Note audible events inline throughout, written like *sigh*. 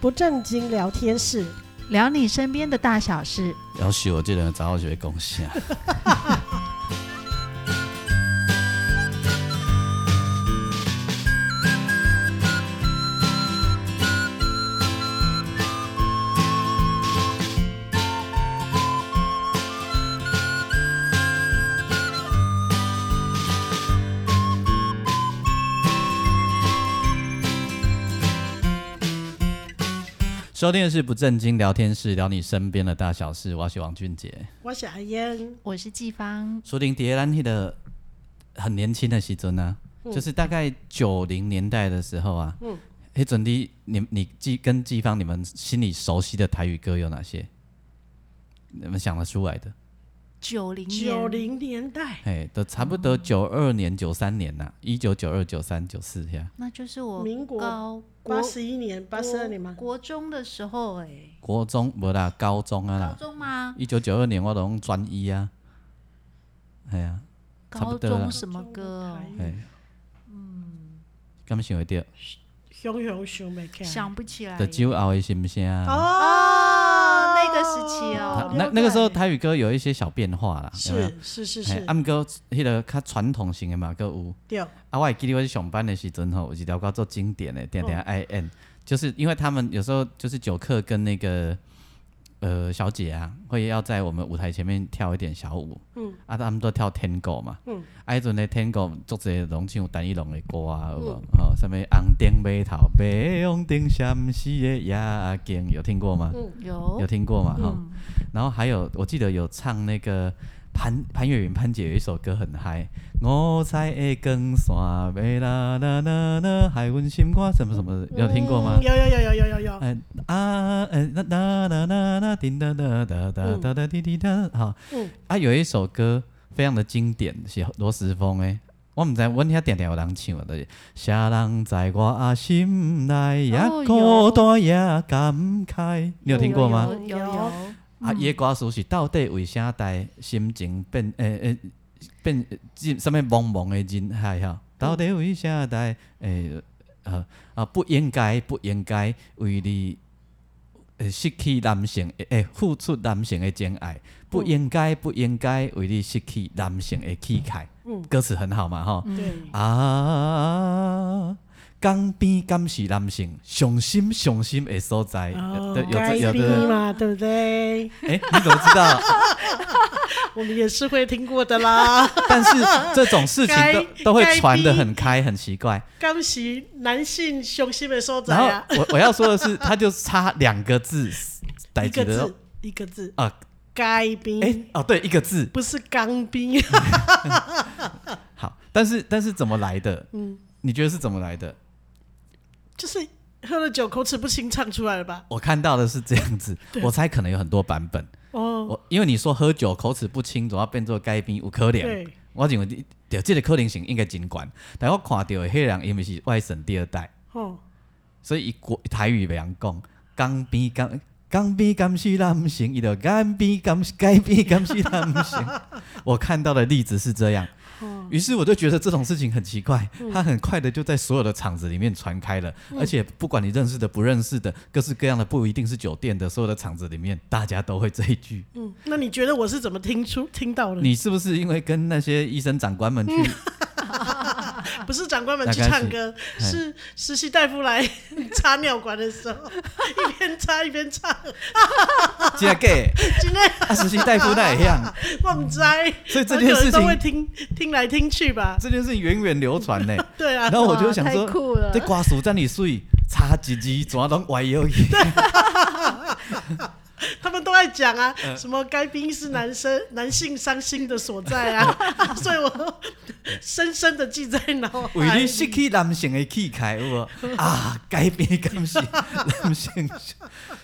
不正经聊天室，聊你身边的大小事。要是我这人早就会贡献。 *laughs* 收听的是不正经聊天室，聊你身边的大小事。我是王俊杰。我是阿燕，我是季芳，说林迪兰蒂的很年轻的时阵呢、嗯就是大概九零年代的时候啊，嗯，黑准你你你季跟季芳，你们心里熟悉的台语歌有哪些？你们想得出来的？九零年，九零年代哎，都差不多九二年、九三年呐、一九九二、九三、九四呀。那就是我民国高八十一年、八十二年吗？国中的时候、国中不啦，高中啊哎，高啦，中吗？一九九二年我都用专一啊，哎呀、差高不多啦啊中什么歌、哦？哎，嗯，敢想会着？熊熊熊没看。想不起来就。酒后的心声啊。哦，那个时期他哦，那那个时候台语歌有一些小变化啦，有没有？是是是嘿是啊，，毋过迄个较传统型的嘛，阁有。对，啊，我会记得我去上班的时阵吼，有一条歌做经典的，点点爱按，就是因为他们有时候就是酒客跟那个呃小姐啊，会要在我们舞台前面跳一点小舞，嗯，啊，他们都跳 Tango 嘛，嗯，啊，迄阵的 Tango 做者拢唱陈奕龙的歌啊，有无？吼、什物红灯码头，白红灯闪死的夜景，有听过吗？有有听过嘛？哈、然后还有我记得有唱那个潘潘越云潘姐有一首歌很嗨，我猜的光线要啦啦啦啦，海阮心肝什么什么的，有听过吗嗯？有有有有有有有，哎啊哎啦啦啦啦啦叮哒哒哒哒哒哒滴滴哒，好嗯，啊有一首歌非常的经典，是罗时峰诶。我毋知，阮遐定定有人唱的，啥人在我啊心内也哦孤有单也感慨，你有听过吗？有有有有啊，嗯伊的歌词是到底为啥代心情变诶诶、变进什物茫茫的人海吼？到底为啥代诶呃啊不应该不应该为你呃失去男性诶、诶付出男性的真嗯爱，不应该不应该为你失去男性的气概。嗯歌词很好嘛吼。对，啊，江边敢是男性伤心伤心的所在，哦对有该这有逼的，嘛，对不对？诶，你怎么知道？我们也是会听过的啦。但是这种事情该都都会传得很开，很奇怪。恭喜男性雄心的所在然后啊，我我要说的是，他就差两个字，逮一个几的字嗯一个字，啊，该兵，哎哦对，一个字不是钢兵，好，但是但是怎么来的？嗯，你觉得是怎么来的？就是喝了酒口齿不清唱出来了吧？我看到的是这样子，我猜可能有很多版本。哦，我因为你说喝酒口齿不清，总要变作该边有可怜对。我认为你对这个可能性应该真悬，但我看到的黑人因为是外省第二代，哦，所以伊国台语袂晓讲，江边港江边敢是男性，伊就江边敢是街边敢是男性。 *laughs* 我看到的例子是这样，哦于是我就觉得这种事情很奇怪，它很快的就在所有的场子里面传开了，嗯而且不管你认识的不认识的，各式各样的不一定是酒店的，所有的场子里面大家都会这一句。嗯，那你觉得我是怎么听出听到的？你是不是因为跟那些医生长官们去不是长官们大去概唱是歌，哎是实习大夫 *laughs* 来插尿管的时候，一边插一边唱。这 *laughs* 个？今天啊，实习大夫那也一样，我们在，所以这很件多人事都会情，听听来听去吧。这件事情源远流传呢、对啊 *laughs* 然，哦后我就哇想说哦太，酷了这，瓜薯在你水差一支，怎拢歪腰去？ *laughs* 他们都在讲啊，呃什么该兵是男生男性伤心的所在 *laughs* 啊，所以我深深的记在脑海为里你。失去男性的气概，有无？ *laughs* 啊，改变感性，男性，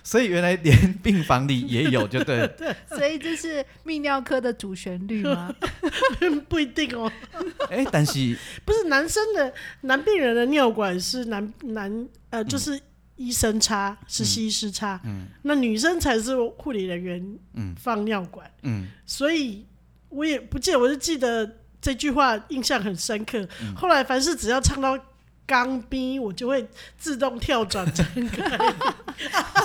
所以原来连病房里也有，就 *laughs* 对了。 *laughs* 所以这是泌尿科的主旋律吗？ *laughs* 不一定哦，哎、但是不是男生的男病人的尿管是男男呃，就是医生插，实习医师插，那女生才是护理人员，放尿管，嗯所以我也不记得，我就记得这句话印象很深刻。后来凡是只要唱到钢逼，我就会自动跳转成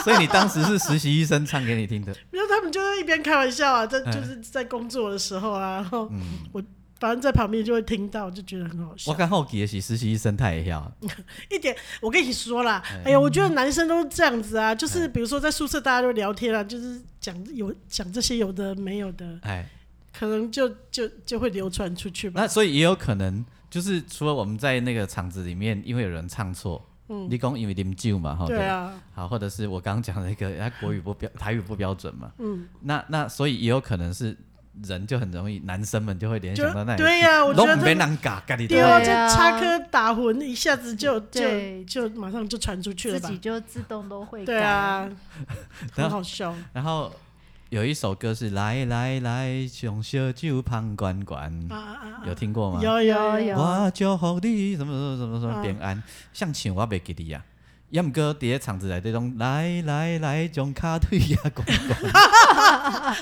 所以你当时是实习医生唱给你听的，然后他们就在一边开玩笑啊，在嗯就是在工作的时候啊，然后 *laughs* 我反正在旁边就会听到，就觉得很好我笑。刚好奇的是实习医生他也要，嗯一点，我跟你说啦，哎呀，我觉得男生都是这样子哎啊，就是比如说在宿舍大家都聊天啊，就是讲有讲这些有的没有的，哎，可能就就就会流传出去吧。那所以也有可能就是除了我们在那个场子里面，因为有人唱错，嗯你讲因为啉酒嘛，哈，对啊，好，或者是我刚刚讲的一个，他 *laughs* 国语不标，台语不标准嘛，嗯，那那所以也有可能是人就很容易，男生们就会联就想到那里，对呀、我觉得拢没这人嘎嘎你对的，啊，对这啊插科打诨一下子就就对就马上就传出 *laughs* 去了自吧己？就自动都会对啊，很然后好笑。然后有一首歌是来来来，上小酒胖管管，啊啊有听过吗啊！？有有有， *laughs* 我祝福你什么什么什么什么啊平安，像唱我袂记得啊。要毋过伫咧场子内底拢来来来，将骹腿啊滚滚。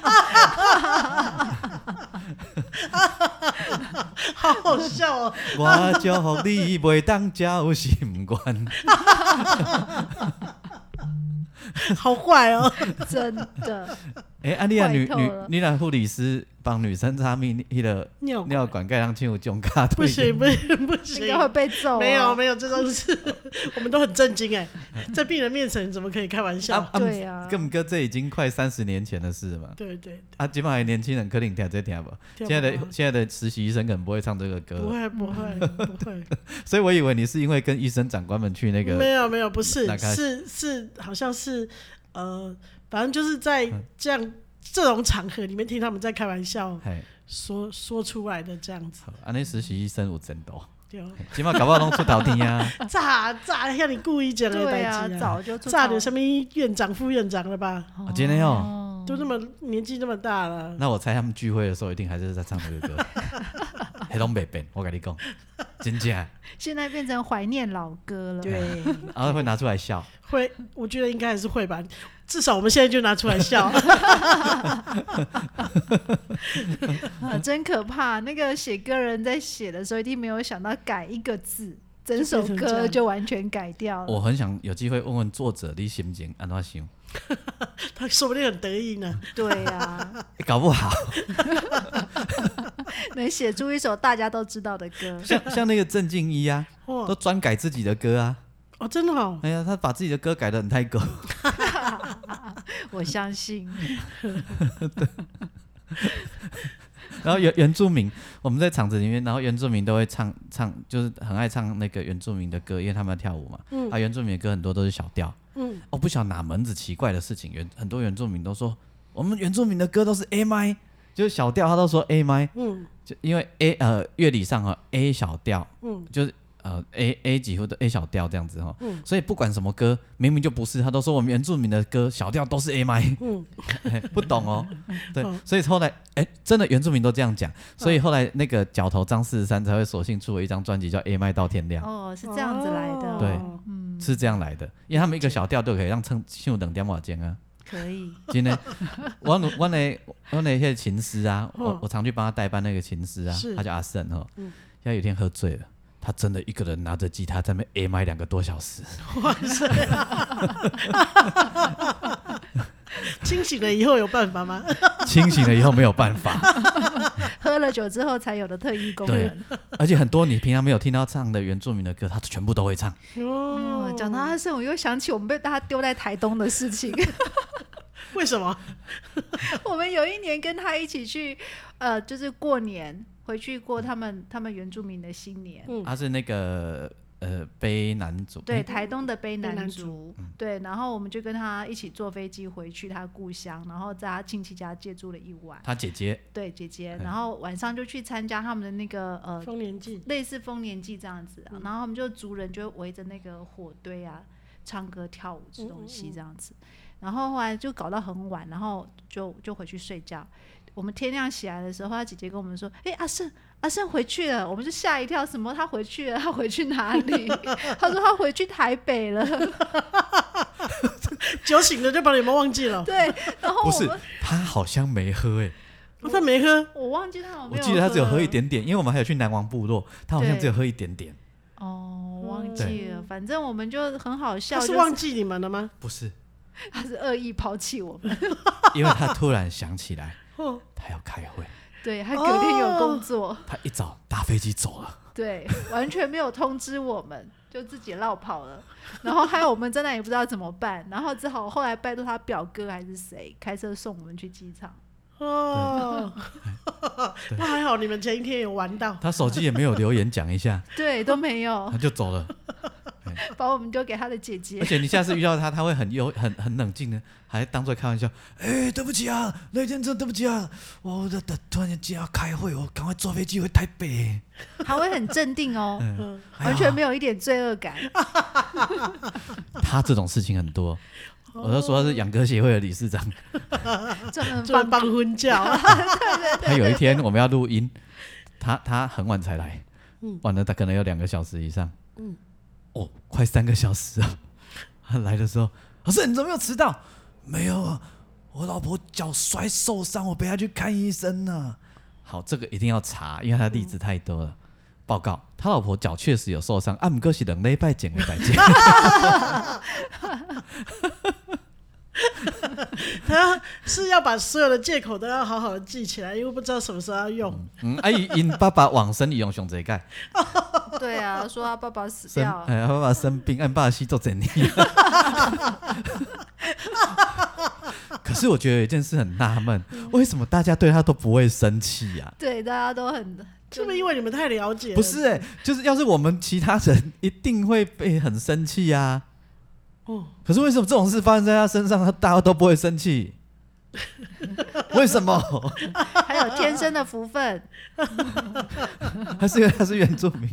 好好笑哦！ *laughs* 我祝福你袂当交心愿。好坏 *laughs* 哦，改，真 *laughs* 的诶，安利啊，你坏透女女了你若护理师帮女生擦蜜，迄个 *laughs* 尿尿管盖上有将骹不腿。行不行不应行该，会被揍哦。没有没有这种 *laughs* 事，我们都很震惊哎，在病人面前怎么可以开玩笑？对啊更毋过这已经快三十年前的事了嘛。对对，啊，即摆的年轻人可能听这听无，听现不在的到现在的实习医生可能不会唱这个不歌，会不会不会，所以我以为你是因为跟医生长官们去 *laughs* 那个没有没有不是那个是是好像是呃，反正就是在嗯这样这种场合里面听他们在开玩笑嘿，说说出来的这样子，好，安尼实习医生有真多，对啊哦，起码搞不好拢出头天 *laughs* 啊。炸炸像你故意讲的对代啊，志啊，早就炸的什什么院长副院长了吧？啊今天哦，么都那么年纪那么大了，那我猜他们聚会的时候一定还是在唱这个歌，黑龙北变，我跟你讲，真假，现在变成怀念老歌了。对，然后会拿出来笑。 *laughs* 会，我觉得应该还是会吧，至少我们现在就拿出来笑。 *laughs* 啊，真可怕！那个写歌人在写的时候，一定没有想到改一个字，整首就变成这歌样就完全改掉了。我很想有机会问问作者你心情安怎想，他说不定很得意呢。对啊，欸搞不好能写出一首大家都知道的歌， *laughs* 像像那个郑敬一啊，都哦，专改自己的歌啊。哦，真的哦，哎呀，他把自己的歌改得很太狗。 *laughs* 我相信。嗯然后原原住民，我们在场子里面，然后原住民都会唱唱，就是很爱唱那个原住民的歌，因为他们要跳舞嘛。嗯啊，原住民的歌很多都是小调。嗯，哦我、不晓得哪门子奇怪的事情，原很多原住民都说，我们原住民的歌都是 A m i 就是小调，他都说 A m i 嗯就因为 A 呃乐理上哈、A 小调嗯，就是呃 A A 几乎都 A 小调这样子哈、嗯所以不管什么歌，明明就不是，他都说我们原住民的歌小调都是 A m i 嗯， *laughs* 不懂 *laughs* 哦，对嗯，所以后来哎、真的原住民都这样讲，所以后来那个角头张四十三才会索性出了一张专辑叫 A m i 到天亮。哦，是这样子来的。对嗯，是这样来的，因为他们一个小调就可以让唱秀等点瓦间啊，可以。真的， *laughs* 我的我的我的那些琴师啊，我嗯我常去帮他代班那个琴师啊是，他叫阿胜哈，嗯他有一天喝醉了，他真的一个人拿着吉他在那边 A 麦两个多小时， *laughs* 哇塞，清醒了以后有办法吗？清醒了以后没有 *laughs* 办法，喝了酒之后才有的特异功对能。，而且很多你平常没有听到唱的原住民的歌，他全部都会唱，哦 *laughs* 哦，，讲到阿胜，我又想起我们被他丢在台东的事情。 *laughs* 为什么？我们有一年跟他一起去，呃，就是过年回去过他们他们原住民的新年。嗯他是那个呃卑南族，对，诶，台东的哎卑南南族族，对，然后我们就跟他一起坐飞机回去他故乡，然后在他亲戚家借住了一晚，他姐姐对姐姐，嗯然后晚上就去参加他们的那个呃丰年祭类似丰年祭这样子啊，嗯然后他们就族人就围着那个火堆啊，唱歌跳舞吃东嗯嗯西嗯这样子，然后后来就搞到很晚，然后就就回去睡觉。我们天亮起来的时候，他姐姐跟我们说：“哎、阿胜，阿胜回去了。”我们就吓一跳，什么？他回去了？他回去哪里？ *laughs* 他说他回去台北了。酒醒了就把你们忘记了，对，然后不我是们他好像没喝哎、哦他没喝，我忘记他有没有，我记得他只有喝一点点，因为我们还有去南王部落，他好像只有喝一点点。哦，忘忘记了，反正我们就很好笑，他是就忘记你们了吗？不是，他是恶意抛弃我们，因为他突然想起来，哦，他要开会，对他隔天有工作，他一早搭飞机走了。对，完全没有通知我们，就自己落跑了。然后还有我们真的也不知道怎么办，然后只好后来拜托他表哥还是谁开车送我们去机场。 *laughs* 哦，那还好你们前一天有玩到，他手机也没有留言讲一下，对，都没有他就走了。把我们丢给他的姐 *laughs* 姐而。且你下次遇到他，他会很优很很冷静的，还当做开玩笑。哎、对不起啊，那天真的对不起啊，我我突突然间要开会，我赶快坐飞机回台北。他会很镇定哦，嗯，哎完全没有一点罪恶感。他这种事情很多，我都说他是养鸽协会的理事长。专门 *laughs* 专放门帮婚教， *laughs* 他有一天我们要录音，他他很晚才来，晚了他可能有两个小时以上，嗯，哦，快三个小时啊！ *laughs* 他来的时候，老师你怎么又迟到？没有啊，我老婆脚摔受伤，我陪她去看医生呢、好，这个一定要查，因为他例子太多了。报告，他老婆脚确实有受伤，啊，姆哥是两礼拜前的代志。 *laughs* 他是要把所有的借口都要好好的记起来，因为不知道什么时候要用。嗯，啊，因因爸爸往生伊用上这盖，对啊，说他爸爸死生掉，哎，爸爸生病，按爸西做整理。 *laughs* 可是我觉得有一件事很纳闷，嗯为什么大家对他都不会生气呀、对，大家都很是不是因为你们太了解了？不是哎、就是要是我们其他人一定会被很生气呀、哦，可是为什么这种事发生在他身上，他大家都不会生 *laughs* 气？为什么？还有天生的福分，还是因为他是原住民？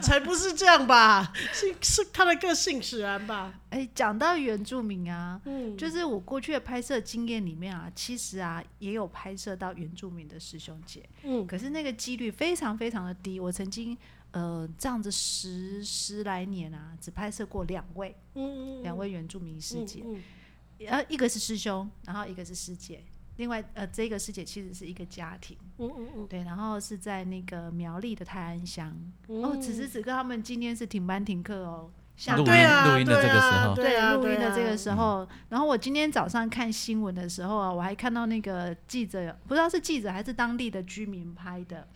才不是这样吧？是是他的个性使然吧？哎，讲到原住民啊，嗯，就是我过去的拍摄经验里面啊，其实啊也有拍摄到原住民的师兄姐，嗯可是那个几率非常非常的低。我曾经呃这样子十十来年啊，只拍摄过两位嗯两位原住民师姐，嗯呃一个是师兄，然后一个是师姐，另外呃这个师姐其实是一个家庭，嗯嗯嗯对，然后是在那个苗栗的泰安乡。嗯哦，此时此刻他们今天是停班停课哦，下录音对啊，录音的这个时候对啊，录对音啊的这个时候，然后我今天早上看新闻的时候啊，我还看到那个记者，不知道是记者还是当地的居民拍的，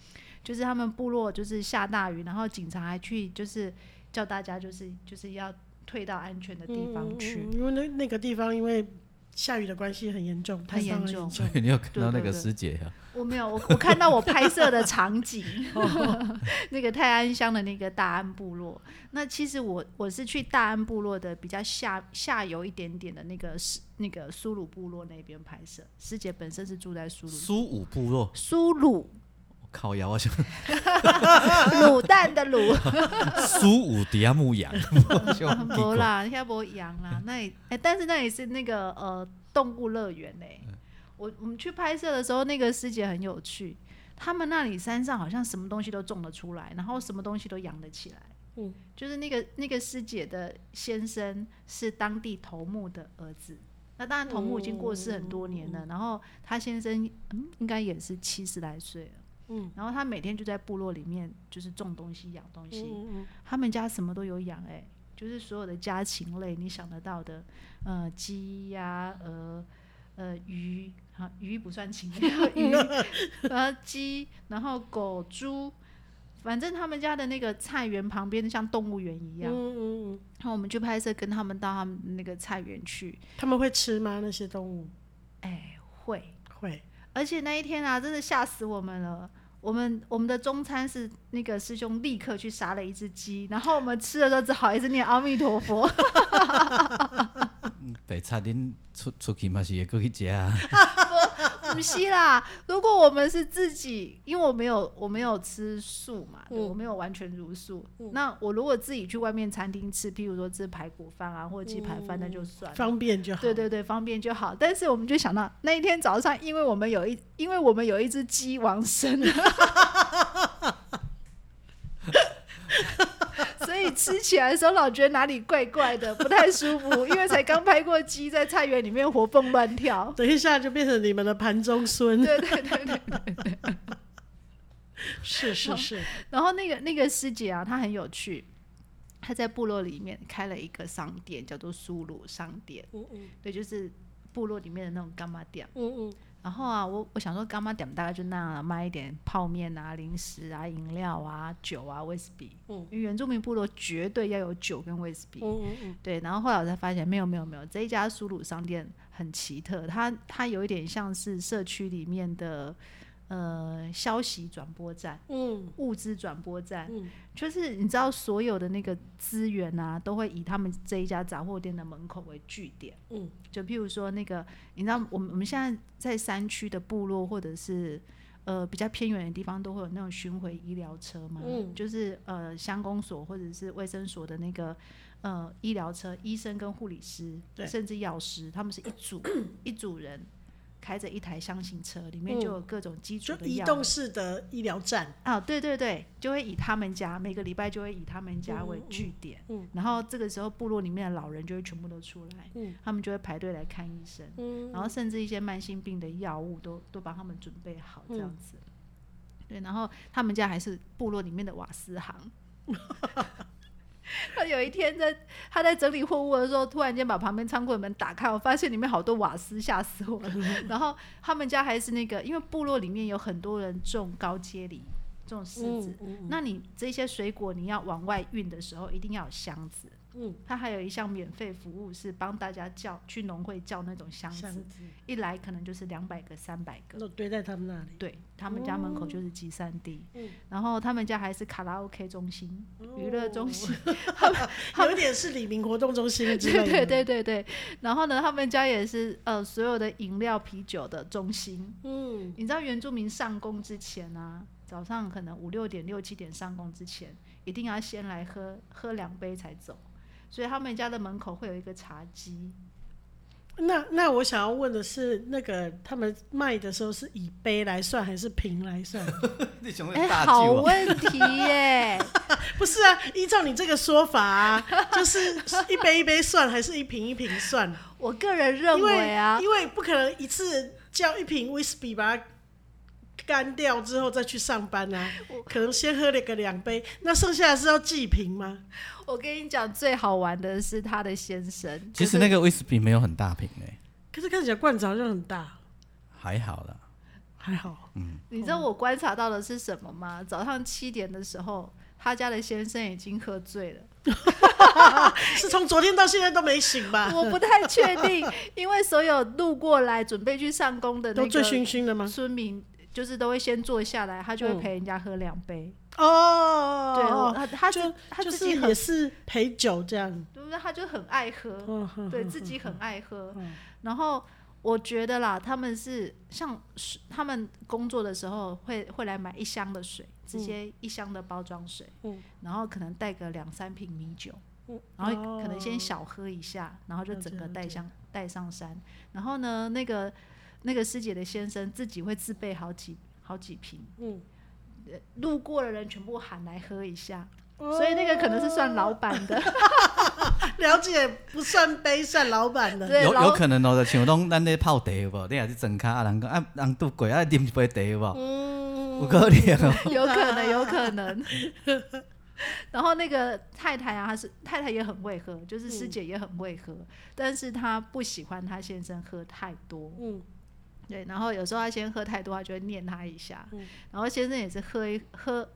就是他们部落就是下大雨，然后警察还去就是叫大家就是就是要退到安全的地方去。嗯嗯嗯因为那那个地方因为下雨的关系很严重，很严台重风所以你有看到那对对个对师姐啊？我没有，我我看到我拍摄的场景， *laughs* 那个泰安乡的那个大安部落。那其实我我是去大安部落的比较下下游一点点的那个是那个苏鲁部落那边拍摄。师姐本身是住在苏鲁，苏武部落，苏鲁我靠腰，*laughs* 我想卤蛋的卤，苏武迪亚牧羊，我想 *laughs* 我记不过啦，现在不羊嗯啦，那里哎、但是那里是那个呃动物乐园嘞。嗯我我们去拍摄的时候，那个师姐很有趣，他们那里山上好像什么东西都种得出来，然后什么东西都养得起来。嗯，就是那个那个师姐的先生是当地头目的儿子，那当然头目已经过世很多年哦了，然后他先生嗯应该也是七十来岁了，嗯，然后他每天就在部落里面就是种东西养东西，嗯嗯他们家什么都有养，哎，就是所有的家禽类你想得到的，呃，鸡呀、鹅、呃鱼，啊鱼不算禽，鱼， *laughs* 呃鸡，然后狗、猪，反正他们家的那个菜园旁边像动物园一嗯样。嗯嗯，然后我们去拍摄，跟他们到他们那个菜园去，他们会吃吗？那些动物哎，会，会，而且那一天啊，真的吓死我们了。我们我们的中餐是那个师兄立刻去杀了一只鸡，然后我们吃的时候只好意思念阿弥陀佛。北差恁出出去嘛是会过去食啊，不是啦，如果我们是自己，因为我没有我没有吃素嘛，对嗯我没有完全茹素。嗯那我如果自己去外面餐厅吃，譬如说吃排骨饭啊，或者鸡排饭，嗯那就算了。方便就好。对对对，方便就好。但是我们就想到那一天早上，因为我们有一，因为我们有一只鸡亡生，啊 *laughs* 所以吃起来的时候老觉得哪里怪怪的，不太舒服，因为才刚拍过鸡在菜园里面活蹦乱跳。等一下就变成你们的盘中孙，对对对对。是是是，然后那个那个师姐啊，她很有趣，他在部落里面开了一个商店，叫做苏鲁商店，嗯嗯对，就是部落里面的那种干妈店。嗯嗯然后啊，我我想说干妈店大概就那样了，卖一点泡面啊、零食啊、饮料啊、酒啊、威士忌。嗯因为原住民部落绝对要有酒跟威士忌。嗯嗯对，然后后来我才发现，没有没有没有，这一家苏鲁商店很奇特，它它有一点像是社区里面的呃消息转播站、嗯物资转播站，嗯就是你知道所有的那个资源啊，都会以他们这一家杂货店的门口为据点。嗯，就譬如说那个，你知道我们我们现在在山区的部落或者是。呃，比较偏远的地方都会有那种巡回医疗车嘛，嗯就是呃乡公所或者是卫生所的那个呃医疗车，医生跟护理师，对甚至药师，他们是一 *clears throat* 组一组人开着一台箱型车，里嗯面就有各种基础就的移药动式的医疗站，啊，对对对，就会以他们家每个礼拜就会以他们家为嗯嗯据点，嗯然后这个时候部落里面的老人就会全部都出来，嗯他们就会排队来看医生，嗯然后甚至一些慢性病的药物都都帮他们准备好这嗯样子。对，然后他们家还是部落里面的瓦斯行。 *laughs* 他有一天在他在整理货物的时候，突然间把旁边仓库的门打开，我发现里面好多瓦斯，吓死我了。 *laughs* 然后他们家还是那个，因为部落里面有很多人种高阶梨，种柿子。嗯那你这些水果你要往外运的时候，一定要有箱子。嗯它还有一项免费服务是帮大家叫去农会叫那种箱箱子，子嗯一来可能就是两百个、三百个。都堆在他们嗯那里，对他们家门口就是集散地，嗯哦然后他们家还是卡拉 OK 中心、娱乐中心，有点是李明活动中心之类 *laughs* 对的，对对对对。然后呢，他们家也是呃所有的饮料、啤酒的中心。嗯你知道原住民上工之前啊，早上可能五六点、六七点上工之前，一定要先来喝喝两杯才走，所以他们家的门口会有一个茶几。那那我想要问的是，那个他们卖的时候是以杯来算还是瓶来算？ *laughs* *laughs* 你想哎、问大好舅啊？问题 *laughs* 耶！不是啊，依照你这个说法、啊，就是一杯一杯算，还是一瓶一瓶算？我个人认因为为啊，因为不可能一次叫一瓶威士忌把它干掉之后再去上班啊，可能先喝了个两杯，那剩下的是要记瓶吗？我跟你讲，最好玩的是他的先生。其可实是那个威士忌没有很大瓶诶、可是看起来罐子好像很大，还好啦。还好，你知道我观察到的是什么吗？早上七点的时候，他家的先生已经喝醉了。是从昨天到现在都没醒吧？ *laughs* 我不太确 *laughs* 定，因为所有路过来准备去上工的都那醉个醺醺的吗？嗯村民，就是都会先坐下来，他就会陪人家喝两杯。哦，对，我哦他他就他就自是己很也，是陪酒这样，对不对？他就很爱喝。嗯哼对哼自己很爱喝嗯。然后我觉得啦，他们是像是他们工作的时候会会来买一箱的水，直接一箱的包装水，嗯然后可能带个两三瓶米酒，嗯然后可能先哦小喝一下，然后就了整解个了带解上带上山。然后呢，那个那个师姐的先生自己会自备好几好几瓶，嗯，呃路过的人全部喊来喝一下。哦所以那个可能是算老板的， *laughs* 了解不算杯算老板的，对，有有老可能哦，就像讲咱咧泡茶有无？你也是装卡啊，人讲啊，人拄过啊，啉一杯茶有无？有嗯，可能哦。有可能，有可能。 *laughs* 然后那个太太啊，她是太太也很会喝，就是嗯师姐也很会喝，但是她不喜欢她先生喝太多。嗯对，然后有时候她先喝太多，她就会念他一下。嗯然后先生也是喝一喝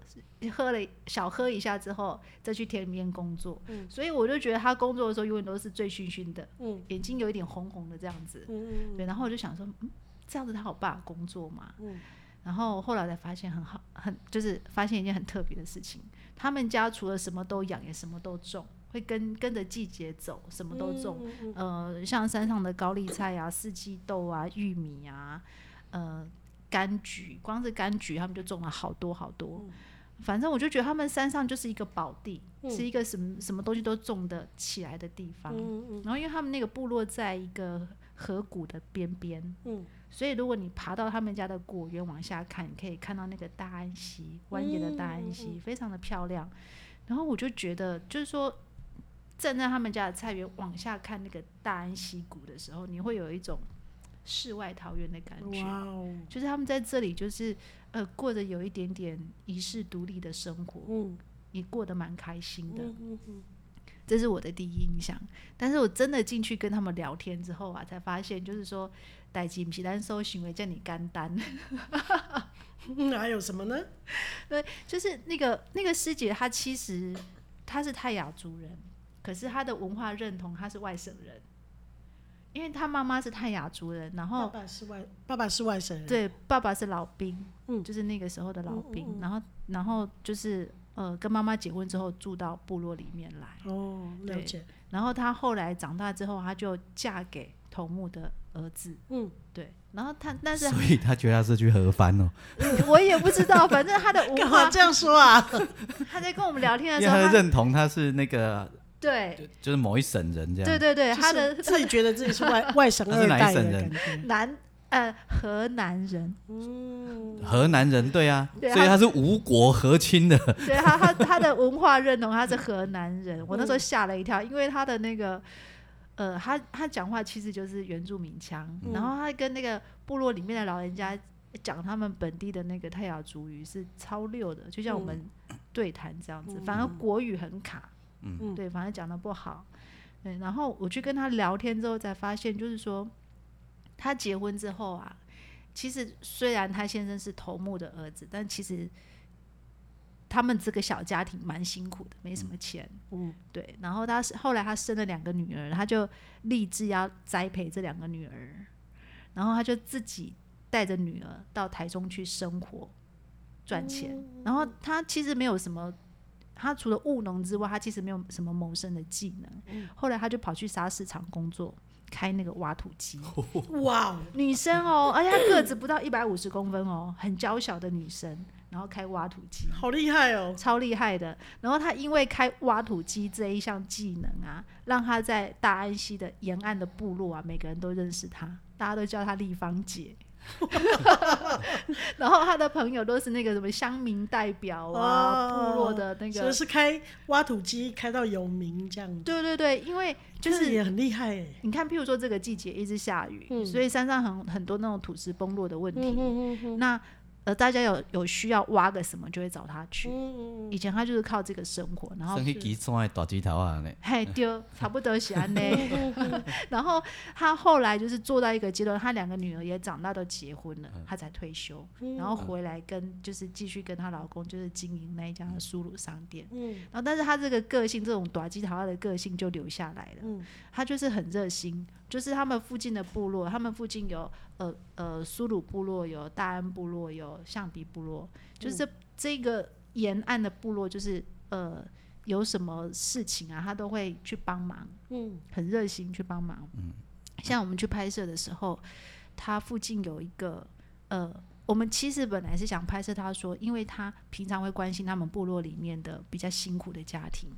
喝了小喝一下之后，再去田里面工作。嗯所以我就觉得他工作的时候永远都是醉醺醺的，嗯眼睛有一点红红的这样子。嗯对，然后我就想说，嗯，这样子他有办法工作吗？嗯然后后来才发现很好，很就是发现一件很特别的事情，他们家除了什么都养，也什么都种，会跟跟着季节走，什么都种。嗯嗯呃，像山上的高丽菜啊、四季豆啊、玉米啊，呃，柑橘，光是柑橘他们就种了好多好多。反正我就觉得他们山上就是一个宝地，嗯是一个什么什么东西都种的起来的地方。嗯然后因为他们那个部落在一个河谷的边边，嗯所以如果你爬到他们家的果园往下看，你可以看到那个大安溪，蜿蜒的大安溪，嗯嗯非常的漂亮。然后我就觉得，就是说站在他们家的菜园往下看那个大安溪谷的时候，你会有一种世外桃源的感嗯，觉。哇哦，就是他们在这里，就是呃，过着有一点点遗世独立的生活，嗯也过得蛮开心的。嗯嗯嗯这是我的第一印象。但是我真的进去跟他们聊天之后啊，才发现就是说，代志不是咱搜行为叫你干单，嗯，还有什么呢？对，就是那个那个师姐，她其实她是泰雅族人，可是她的文化认同她是外省人，因为她妈妈是泰雅族人，然爸后爸是外，爸爸是外省人，对爸爸是老兵，嗯就是那个时候的老兵，嗯嗯嗯然后然后就是呃跟妈妈结婚之后住到部落里面来，哦，了对解，然后她后来长大之后，她就嫁给头目的儿子，嗯，对，然后她但是所以他觉得他是去合番哦，我也不知道，反正 *laughs* 她的文干嘛化，这样说啊？她在跟我们聊天因的为时候，他她认同他是那个对。就是某一省人这样。对对对，他就是的自己觉得自己是外外省他是二哪一代省的人感觉，南呃河南人，嗯，河南人对啊，对所以他他是吴国和亲的，对他他他的文化认同他是河南人，我那时候吓了一跳，因为他的那个呃他他讲话其实就是原住民腔，嗯然后他跟那个部落里面的老人家讲他们本地的那个泰雅族语是超溜的，就像我们对谈这样子，反而国语很卡，嗯对，反而讲的不好，对，然后我去跟他聊天之后才发现，就是说他结婚之后啊，其实虽然他先生是头目的儿子，但其实他们这个小家庭蛮辛苦的，没什么钱。嗯，对。然后他是后来他生了两个女儿，他就立志要栽培这两个女儿，然后他就自己带着女儿到台中去生活赚钱。然后他其实没有什么。他除了务农之外，他其实没有什么谋生的技能。后来他就跑去沙市场工作，开那个挖土机。哇哦，女生哦，而且她个子不到一百五十公分哦，很娇小的女生，然后开挖土机，好厉害哦，超厉害的。然后她因为开挖土机这一项技能啊，让她在大安溪的沿岸的部落啊，每个人都认识她，大家都叫她立方姐。 *laughs* 然后她的朋友都是那个什么乡民代表啊，哦部落的那所以个，是开挖土机开到有名这样，对对对，因为就这是也很厉害哎，你看，譬如说这个季节一直下雨，嗯所以山上很很多那种土石崩落的问题。嗯嗯那呃，大家有有需要挖个什么，就会找他去。嗯以前他就是靠这个生活，然后生去几双的大鸡头啊呢，嘿丢，差不多是安呢。嗯嗯，然后他后来就是做到一个阶段，他两个女儿也长大都结婚了，他才退休，然后回来跟就是继续跟她老公就是经营那一家的苏鲁商店。嗯然后，但是他这个个性，这种短鸡桃的个性就留下来了。嗯他就是很热心，就是他们附近的部落，他们附近有呃呃苏鲁部落，有大安部落，有象鼻部落，就是这、这个沿岸的部落，就是呃有什么事情啊，他都会去帮忙，嗯很热心去帮忙。嗯，像我们去拍摄的时候，他附近有一个呃。我们其实本来是想拍摄他说，因为他平常会关心他们部落里面的比较辛苦的家庭，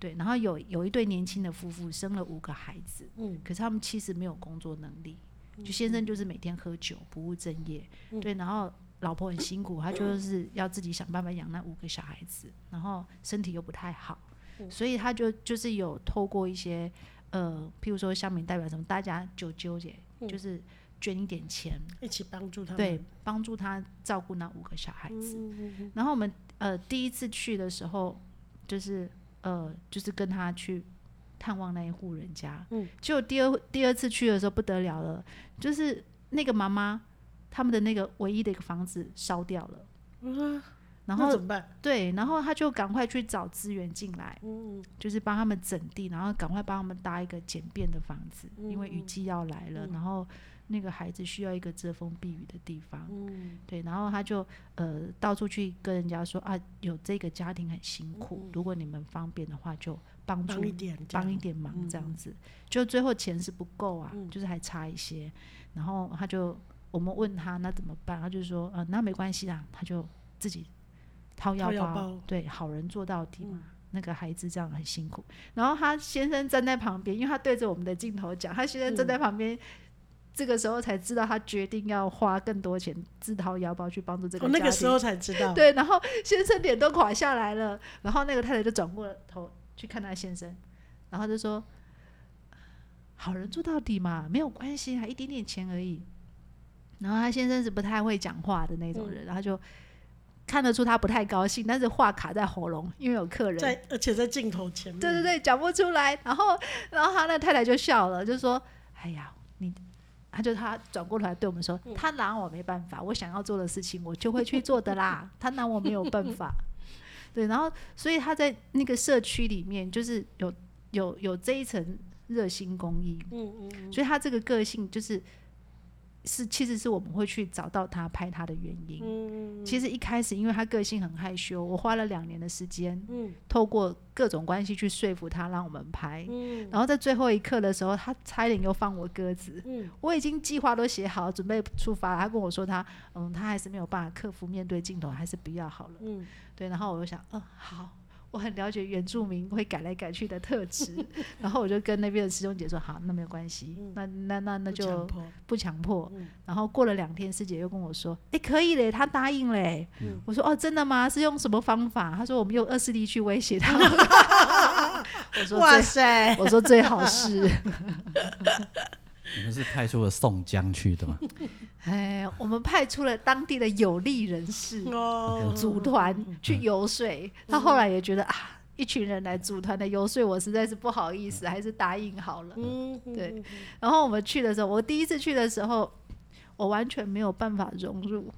对，然后有有一对年轻的夫妇生了五个孩子，嗯可是他们其实没有工作能力，就先生就是每天喝酒不务正业，对，然后老婆很辛苦，他就是要自己想办法养那五个小孩子，然后身体又不太好，所以他就就是有透过一些呃，譬如说乡民代表什么，大家九纠结，嗯就是捐一点钱，一起帮助他们，对，帮助他照顾那五个小孩子。嗯，然后我们呃第一次去的时候，就是呃就是跟他去探望那一户人家。嗯，结果第二第二次去的时候不得了了，就是那个妈妈他们的那个唯一的一个房子烧掉了，嗯啊然那后怎么办？对，然后他就赶快去找资源进来，嗯就是帮他们整地，然后赶快帮他们搭一个简便的房子，因为雨季要来了，然后那个孩子需要一个遮风避雨的地方。嗯对，然后他就呃到处去跟人家说啊，有这个家庭很辛苦，如果你们方便的话，就帮助帮一点这样，帮一点忙嗯这样子。就最后钱是不够啊，就是还差一些。然后他就我们问他那怎么办，他就说呃那没关系啦，他就自己掏腰掏包，腰包嗯对，好人做到底嘛。那个孩子这样很辛苦，然后他先生站在旁边，因为他对着我们的镜头讲，他先生站嗯在旁边，这个时候才知道他决定要花更多钱自掏腰包去帮助这个我家哦那庭。个时候才知道，对，然后先生脸都垮下来了，然后那个太太就转过头去看他先生，然后就说：“好人做到底嘛，没有关系啊，一嗯点点钱而已。”然后他先生是不太会讲话的那种人，然后就看得出他不太高兴，但是话卡在喉咙，因为有客人。在而且在镜头前面，对对对，讲不出来。然后，然后他那太太就笑了，就说：“哎呀，你。”他就他转过头来对我们说：“嗯他拿我没办法，我想要做的事情我就会去做的 *laughs* 啦。他拿我没有办法。”对，然后所以他在那个社区里面，就是有有有这一层热心公益，嗯嗯嗯，所以他这个个性就是是其实是我们会去找到他拍他的原因。嗯其实一开始因为他个性很害羞，我花了两年的时间，嗯透过各种关系去说服他让我们拍。嗯然后在最后一刻的时候，他差一点又放我鸽子。嗯我已经计划都写好，准备出发了。他跟我说他，嗯，他还是没有办法克服面对镜头，还是不要好了。嗯，对，然后我就想，嗯，好，我很了解原住民会改来改去的特 *laughs* 质。然后我就跟那边的师兄姐说，好，那没有关系，那那那嗯不那强就迫不强迫。嗯然后过了两天，师姐又跟我说：“哎，可以嘞，她答应嘞。嗯我说：“哦，真的吗？是用什么方法？”她说：“我们用恶势力去威 *laughs* 胁他。”我说：“哇最，塞，我说最好是。 *laughs* 你们是派出了宋江去 *laughs* 的吗？”哎，我们派出了当地的有力人士、哦，组团去游说。嗯他后来也觉得啊，一群人来组团的游说我，实在是不好意思，还是答应好了。嗯，嗯对，然后我们去的时候，我第一次去的时候，我完全没有办法融入，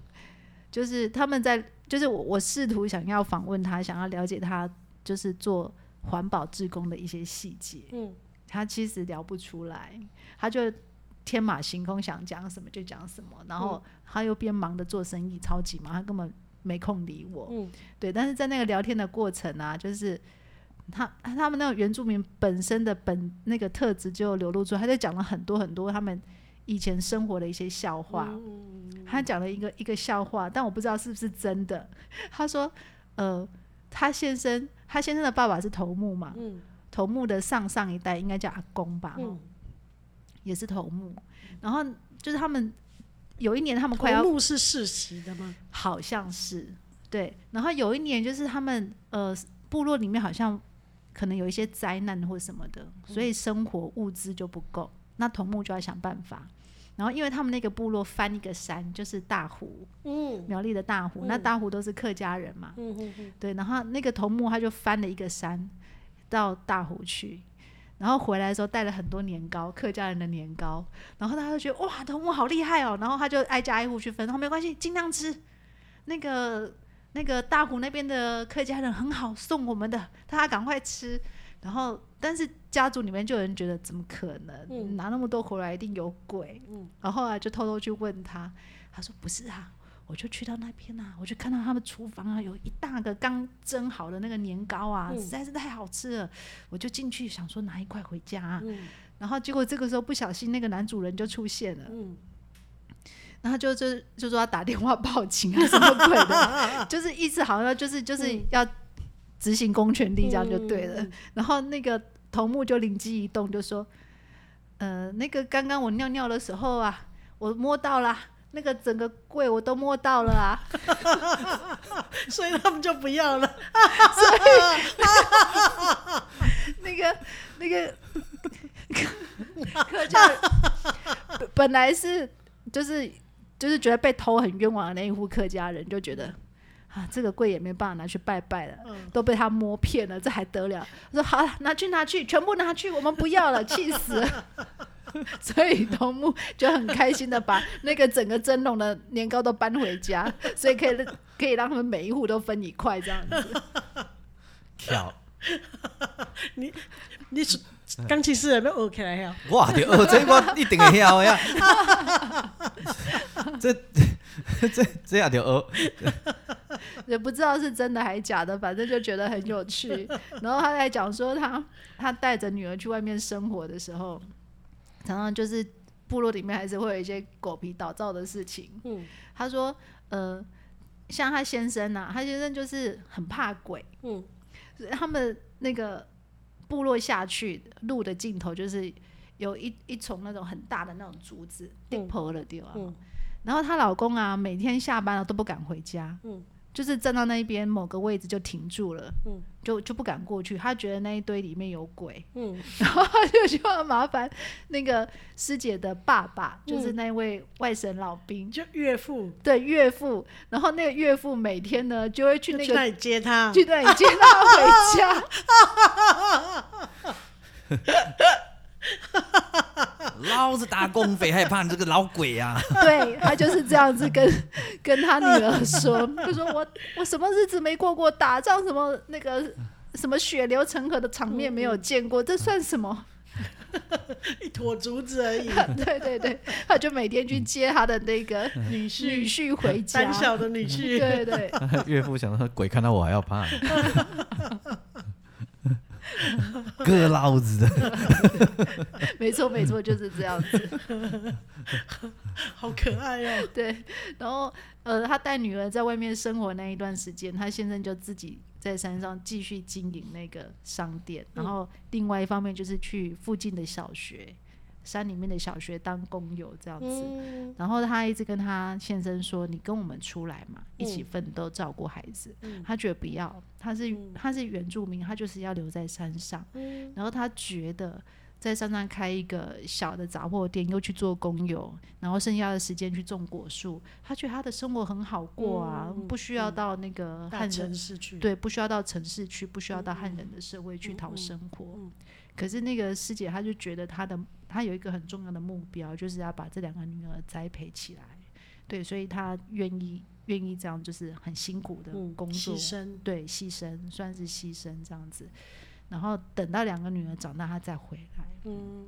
就是他们在，就是我我试图想要访问他，想要了解他，就是做环保志工的一些细节，嗯他其实聊不出来，他就。天马行空，想讲什么就讲什么，然后他又边忙着做生意，超级忙，他根本没空理我。嗯对，但是在那个聊天的过程啊，就是他他们那种原住民本身的本那个特质就流露出来，他就讲了很多很多他们以前生活的一些笑话。嗯他讲了一个一个笑话，但我不知道是不是真的。他说，呃，他先生他先生的爸爸是头目嘛，嗯头目的上上一代应该叫阿公吧，嗯，也是头目。然后就是他们有一年他们快要头目是世袭的吗？好像是对。然后有一年就是他们呃部落里面好像可能有一些灾难或什么的，嗯所以生活物资就不够，那头目就要想办法。然后因为他们那个部落翻一个山就是大湖，嗯苗栗的大湖，那大湖都是客家人嘛，嗯嗯嗯对。然后那个头目他就翻了一个山到大湖去。然后回来的时候带了很多年糕，客家人的年糕，然后大家就觉得哇，头目好厉害哦，然后他就挨家挨户去分，哦他没关系，尽量吃，那个那个大湖那边的客家人很好，送我们的， *laughs* 大家赶快吃。然后，但是家族里面就有人觉得怎么可能、嗯拿那么多回来，一定有鬼。嗯然后后来就偷偷去问他，他说不是啊，我就去到那边啊，我就看到他们厨房啊有一大个刚蒸好的那个年糕啊，嗯实在是太好吃了，我就进去想说拿一块回家、啊。嗯然后结果这个时候不小心那个男主人就出现了，嗯然后就就就说要打电话报警啊，什么鬼的，就是意思好像就是就是要执行公权力这样就对了。嗯嗯然后那个头目就灵机一动，就说：“呃，那个刚刚我尿尿的时候啊，我摸到啦，那个整个柜我都摸到了啊。 *laughs* 所以他们就不要了。那个那个客家人本本来是就是就是觉得被偷很冤枉的那一户客家人，就觉得啊，这个柜也没办法拿去拜拜了，嗯都被他摸骗了，这还得了？他说好了，拿去拿去，全部拿去，我们不要了，气死了。 *laughs* 所以头目就很开心的把那个整个蒸笼的年糕都搬回家，所以可以可以让他们每一户都分一块这样子。巧，你是钢琴师有没有 OK 来呀？我也着学这我一定会晓的 *laughs* 啊！这这这也着学，也不知道是真的还假的，反正就觉得很有趣。然后他还讲说他，他带着女儿去外面生活的时候，常常就是部落里面还是会有一些狗皮倒灶的事情。嗯他说，呃，像他先生呐、他先生就是很怕鬼，嗯他们那个部落下去路的尽头就是有一一丛那种很大的那种竹子，嗯顶破了掉啊。嗯然后她老公啊，每天下班了都不敢回家，嗯就是站到那一边某个位置就停住了，嗯就就不敢过去，他觉得那一堆里面有鬼， *laughs* 嗯，然后他就希望麻烦那个师姐的爸爸，就是嗯那位外省老兵。就岳父对岳父，然后那个岳父每天呢就会去就那去个那里接他，去那里接他回家， *laughs* 老子打工匪害怕你这个老鬼啊！对他就是这样子跟跟他女 *laughs* 儿说，就说我我什么日子没过过，打仗什么那个什么血流成河的场面没有见嗯过，这算什么？ *laughs* 一坨竹子而 *laughs* 已，对对对，他就每天去接他的那个女女婿，婿回家 *laughs* 胆。嗯小的女婿，对对，岳父想说鬼看到我还要怕， *laughs* 割老子的，没错没错，就是这样子。好可爱哦、 *laughs* 对，然后呃，他带女儿在外面生活那一段时间，他先生就自己在山上继续经营那个商店，然后另外一方面就是去附近的小学，山里面的小学当工友这样子。嗯，然后他一直跟他先生说：“你跟我们出来嗯嘛，一起奋斗，照顾孩子。他觉得不要，他是嗯他是原住民，他就是要留在山上。嗯然后他觉得在山上开一个小的杂货店，又去做工友，然后剩下的时间去种果树。他觉得他的生活很好过啊，嗯嗯不需要到那个大汉城人，市去，对，不需要到城市去，不需要到汉人的社会去讨生活。嗯可是那个师姐，她就觉得她的她有一个很重要的目标，就是要把这两个女儿栽培起来。对，所以她愿意愿意这样，就是很辛苦的嗯，工作，牺牲，对，牺牲算是牺牲这样子。然后等到两个女儿长大，她再回来。嗯，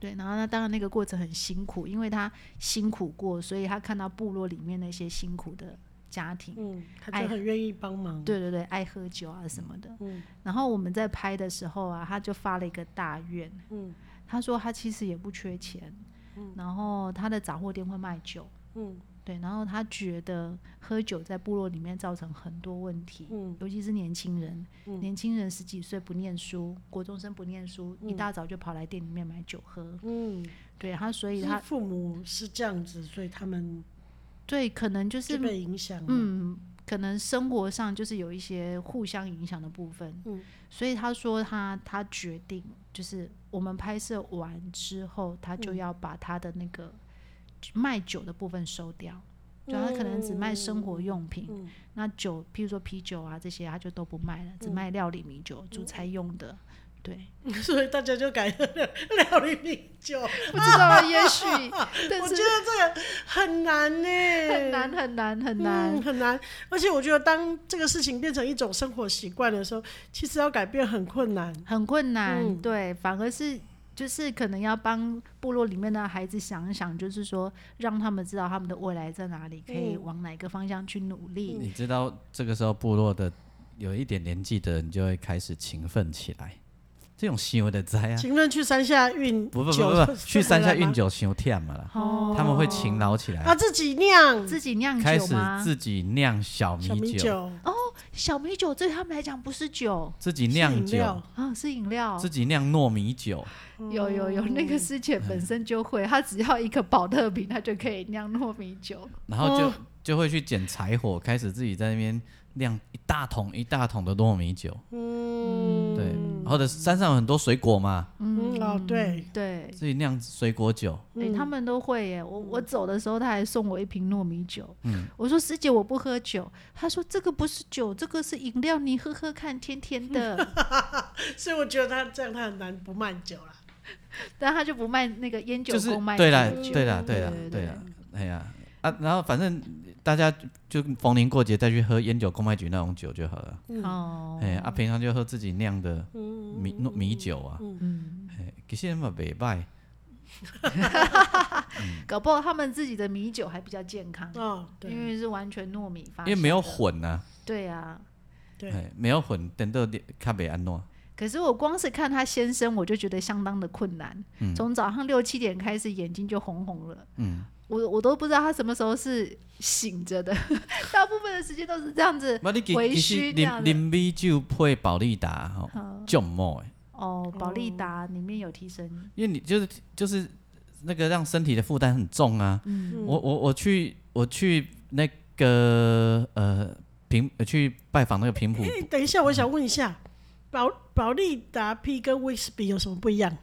对，然后那当然那个过程很辛苦，因为她辛苦过，所以她看到部落里面那些辛苦的家庭，嗯，他爱就很愿意帮忙，，对对对，爱喝酒啊什么的。嗯然后我们在拍的时候啊，她就发了一个大愿，嗯他说他其实也不缺钱，嗯然后他的杂货店会卖酒，嗯对，然后他觉得喝酒在部落里面造成很多问题，嗯尤其是年轻人，嗯年轻人十几岁不念书，国中生不念书，一嗯大早就跑来店里面买酒喝，嗯，对他，所以是他父母是这样子，所以他们对可能就是是被影响，，嗯，可能生活上就是有一些互相影响的部分。嗯，所以他说他他决定，就是我们拍摄完之后，他就嗯要把他的那个卖酒的部分收掉。就他可能只卖生活用品，嗯那酒，譬如说啤酒啊这些，他就都不卖了，只嗯卖料理米酒、煮菜用的。 *laughs* 对， *laughs* 所以大家就改喝 *laughs* 料理米酒，我不知道， *laughs* 也许，但觉是得这个很难呢、很难很难很难。嗯，很难。而且我觉得，当这个事情变成一种生活习惯的时候，其实要改变很困难。很困难，嗯对，反而是就是可能要帮部落里面的孩子想一想，就是说让他们知道他们的未来在哪里，可以嗯往哪个方向去努力。你知道这个时候部落的有一点年纪的人就会开始勤奋起来，这种行为的灾啊，情人去山下运不不酒不不，去山下运酒酒行忝嘛啦，哦他们会勤劳起啊，来，自己酿自己酿开酒始吗？自己酿小小米米酒，酒，哦小米酒对他们来讲不是酒自己是酿饮酒料，，啊，是饮料自。己酿糯米酒，嗯有有有，那个师姐本身就会，她只要一个保特瓶，她就可以酿糯米酒。然后就哦就会去捡柴火，开始自己在那边酿一大桶一大桶的糯米酒，嗯，对，或者山上有很多水果嘛，嗯哦对对，自己酿水果酒，哎、嗯他们都会耶。我我走的时候，他还送我一瓶糯米酒。嗯我说师姐，我不喝酒。他说这个不是酒，这个是饮料，你喝喝看，甜甜 *laughs* 的。所以我觉得他这样他很难不卖酒啦。但他就不卖那个烟酒就是公卖对啦的酒。对啦对啦对对啦，哎呀啊，然后反正大家就逢年过节再去喝烟酒公卖局那种酒就好了，哦，哎啊，平常就喝自己酿的米糯米酒啊，嗯，哎，其实嘛袂歹，搞不好他们自己的米酒还比较健康，哦，因对为是完全糯米发。因为没有。混呐，对啊，对，哎，没有混，等到咖啡安诺，可是我光是看他先生，我就觉得相当的困难。从早上六七点开始，眼睛就红红了。嗯，我我都不知道他什么时候是醒着的， *laughs* 大部分的时间都是这样子。那你其微其实醺这样啉的啉米酒配保利达吼，嗯就莫诶，哦，保利达里面有提神，因为你就是就是那个让身体的负担很重啊，嗯嗯我我我去我去那个呃平呃去拜访那个平埔哎、等一下，我想问一下，保保利达 P 跟威士比有什么不一样？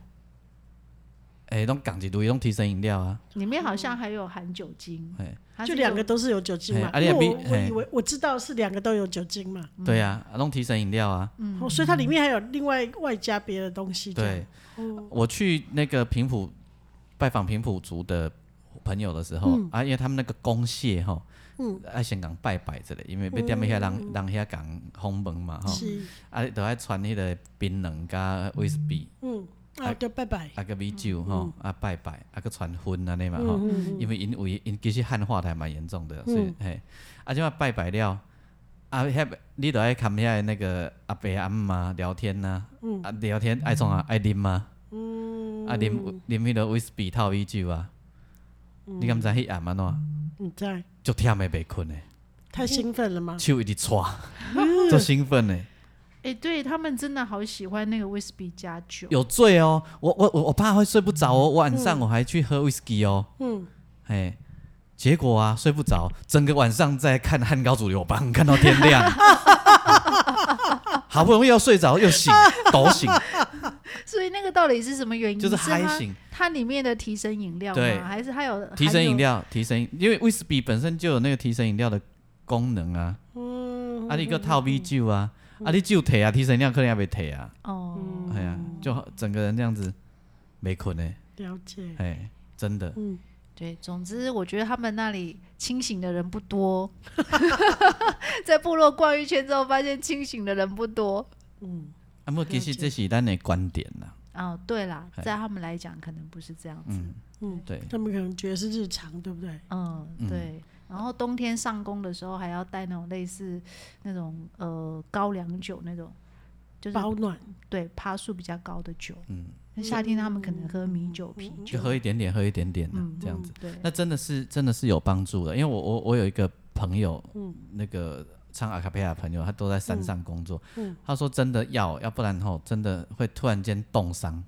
哎，拢港一堆拢提神饮料啊，里面好像还有含酒精，哎，它就是两有个都是有酒精嘛？嘿啊因为你也我比我嘿以为我知道是两个都有酒精嘛，嗯对啊，拢提神饮料啊，哦，所以它里面还有另外外加别的东西。这样对，我去那个平埔拜访平埔族的朋友的时候、嗯啊，因为他们那个公蟹哈，嗯爱先讲拜拜之类，因为被踮遐嗯人人遐讲封门嘛吼，是，啊，都爱穿迄个槟榔加威士忌，嗯，啊，对，拜拜。啊个米酒吼，啊拜拜，啊个传婚安尼嘛吼，嗯嗯因为因为因其实汉化的还蛮严重的，所以嘿，啊即嘛拜拜了。啊，遐你都爱看遐的那个阿伯阿姆啊，聊天呐、啊聊天爱创啊爱啉啊，嗯，啊，啉啉迄个威士忌套米酒啊，嗯你敢知迄暗安怎？你嗯在足忝的袂困的，嗯太兴奋了吗？手一 *laughs* 直颤，足兴奋的，哎，对他们真的好喜欢那个威士忌加酒，有醉哦！我我我我怕会睡不着哦，晚上我还去喝威士忌哦，嗯，嘿，结果啊睡不着，整个晚上在看《汉高主流榜》，看到天亮， *laughs* 好不容易要睡着又醒，抖醒，所以那个到底是什么原因？就是它嗨醒。它里面的提神饮料对吗？还是它有提神饮？含有料，提神，因为威士忌本身就有那个提神饮料的功能啊。啊，你个套米酒啊，啊，你酒提啊，提神饮料可能也袂提啊。哦，嗯哎呀，就好整个人这样子没困呢，了解。哎，真的。嗯，对，总之我觉得他们那里清醒的人不多，在部落逛一圈之后，发现清醒的人不多。啊，不，其实这是咱的观点啦。哦，对啦，哎在他们来讲可能不是这样嗯子。对，他们可能觉得是日常，对不对？嗯，对。然后冬天上工的时候还要带那种类似那种呃高粱酒那种，就是保暖，对趴数比较高的酒。嗯，那夏天他们可能喝米酒、啤就酒。喝一点点，喝一点点的嗯这样子。对，那真的是真的是有帮助的，因为我我我有一个朋友，那个唱阿卡贝拉的朋友，他都在山上工作，他说真的要，要不然吼真的会突然间冻伤，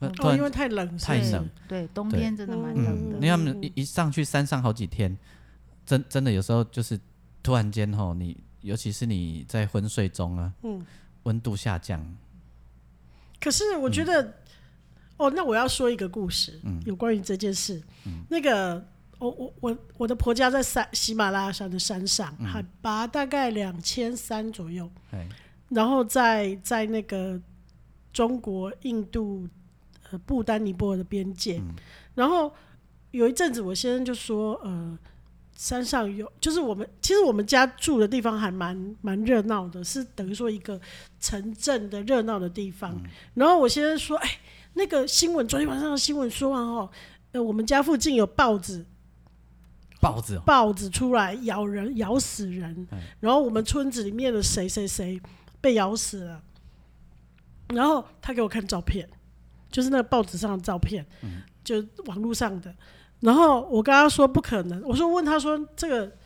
会突哦，然因为太冷，太是不是冷，对，冬对天真的蛮冷嗯，的因。为他们一一上去山上好几天，真真的有时候就是突然间吼，你尤其是你在昏睡中啊，嗯温度下降，可是我觉得，哦，那我要说一个故事，有关于这件事。那个，我我我我的婆家在山喜马拉雅山的山上，海拔大概两千三左右，哎，然后在在那个中国、印度、呃不丹、尼泊尔的边界。然后有一阵子，我先生就说，呃，山上有，就是我们其实我们家住的地方还蛮蛮热闹的，是等于说一个城镇的热闹的地方。然后我先生说，哎，那个新闻昨天晚上的新闻说完哦，呃，我们家附近有豹子，豹子哦，豹子出来咬人，咬死人。然后我们村子里面的谁谁谁被咬死了，然后他给我看照片，就是那个报纸上的照片，就网络上的。然后我跟他说不可能，我说问他说这个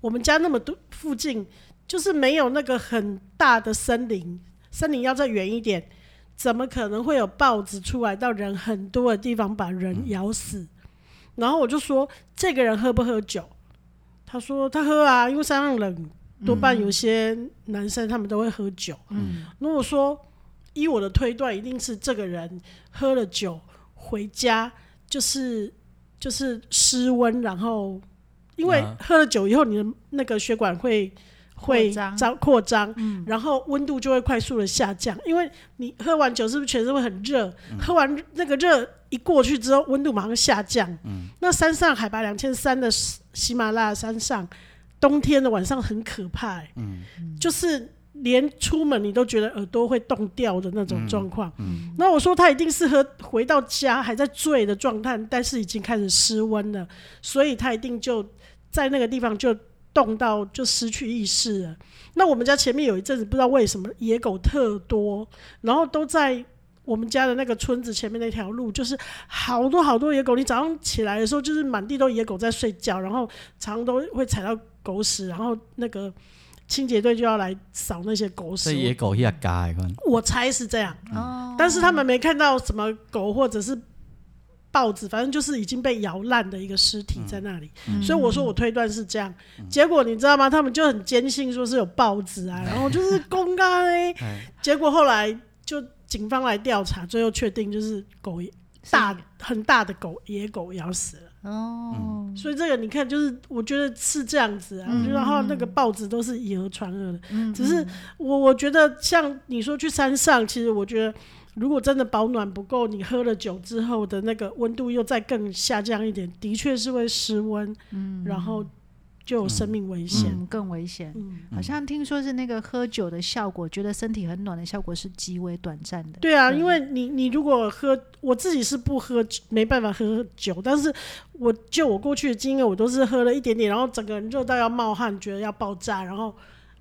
我们家那么多附近就是没有那个很大的森林，森林要再远一点，怎么可能会有豹子出来到人很多的地方把人咬死？然后我就说这个人喝不喝酒？他说他喝啊，因为山上冷，多半有些男生他们都会喝酒。嗯，如果说依我的推断，一定是这个人喝了酒回家，就是就是失温，然后因为啊喝了酒以后，你的那个血管会。会扩张嗯张扩张，然后温度就会快速的下降，因为你喝完酒是不是全身会很热？喝完那个热一过去之后，温度马上下降。那山上海拔两千三的喜喜马拉雅山上，冬天的晚上很可怕、欸。就是连出门你都觉得耳朵会冻掉的那种状况。嗯那我说他一定是喝回到家还在醉的状态，但是已经开始失温了，所以他一定就在那个地方就冻到就失去意识了。那我们家前面有一阵子不知道为什么野狗特多，然后都在。我们家的那个村子前面那条路，就是好多好多野狗。你早上起来的时候，就是满地都野狗在睡觉，然后常常都会踩到狗屎，然后那个清洁队就要来扫那些狗这屎。野狗遐嘎的款，我猜是这样，哦，但是他们没看到什么狗或者是报纸，反正就是已经被咬烂的一个尸体在那里。嗯所以我说我推断是这样。结果你知道吗？他们就很坚信说是有报纸嗯啊，然后就是公 *laughs* 开。哎结果后来就警方来调查，最后确定就是狗大很大的狗野狗咬死了。哦，所以这个你看，就是我觉得是这样子啊，嗯就然后那个报纸都是以讹传讹的，只是我我觉得像你说去山上，其实我觉得如果真的保暖不够，你喝了酒之后的那个温度又再更下降一点，的确是会失温，然后就有生命危险。嗯，更危险。嗯，好像听说是那个喝酒的效果，觉得身体很暖的效果是极为短暂的。对啊，因为你你如果喝，我自己是不喝，没办法喝酒，但是我就我过去的经验，我都是喝了一点点，然后整个人热到要冒汗，觉得要爆炸，然后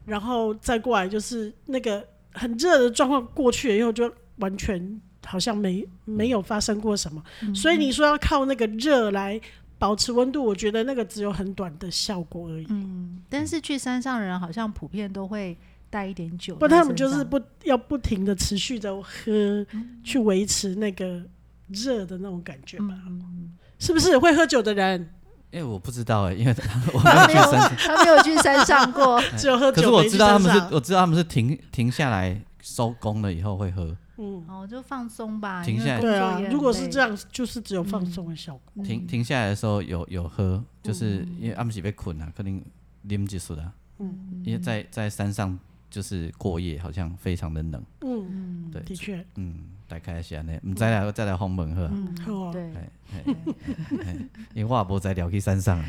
然后再过来就是那个很热的状况过去了以后，就完全好像没没有发生过什么，嗯所以你说要靠那个热来保持温度，我觉得那个只有很短的效果而已。嗯，但是去山上的人好像普遍都会带一点酒在不，身上，他们就是不要不停的持续的喝，去维持那个热的那种感觉吧。嗯是不是会喝酒的人哎，我不知道哎，因 *laughs* 为我没有他没去有山上，他没有去山上 *laughs* 过。只有喝哎可是酒我没去知道他山们上？啊是，我知道他们是停停下来收工了以后会喝，嗯，哦，就放松吧，停因为下来嗯工对作啊也。很如果是这累，样，就是只有放松的效果。停停下来的时候有有喝，就是嗯因为他们是被困啊，肯定啉几束的，嗯，因为在在山上就是过夜，好像非常的冷，嗯，对，的确，嗯，大概是安尼，唔知啦，再来访问好啊。哦，嗯对，嘿嘿嘿嘿哎因为我也无再聊去山上了，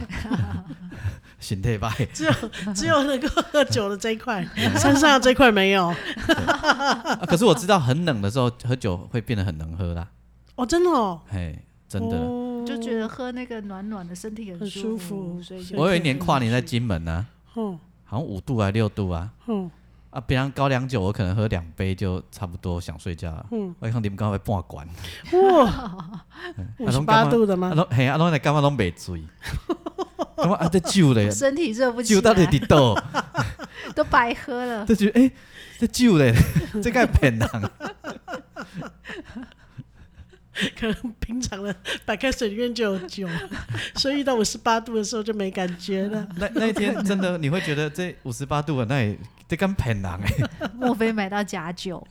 *laughs* 身体歹。 *laughs* 只有只有能够喝酒的这一 *laughs* 块，山上的这一块没有。啊可是我知道很冷的时候喝酒会变得很能喝啦，哦，真的哦，嘿，真的啦。哦就觉得喝那个暖暖的，身体很很舒服服，所以就对我有一年跨年在金门呢、嗯好像五度啊六度啊， *laughs* 嗯啊，平常高粱酒我可能喝两杯就差不多想睡觉了。嗯，我看你们刚才半罐，哇，五啊十拢嗯八感觉度的啊，吗？拢嘿啊，拢来干嘛拢袂醉？干嘛啊？这酒 *laughs* 嘞，哦身体热不起酒到底啊来，伫倒？都白喝了。就觉得哎、欸这酒 *laughs* 嘞，这该骗人。可能平常的白开水里面就有酒，所以遇到五十八度的时候就没感觉了。那那一天真的你会觉得这五十八度的啊那里这跟骗人哎、 *laughs* 莫非买到假酒？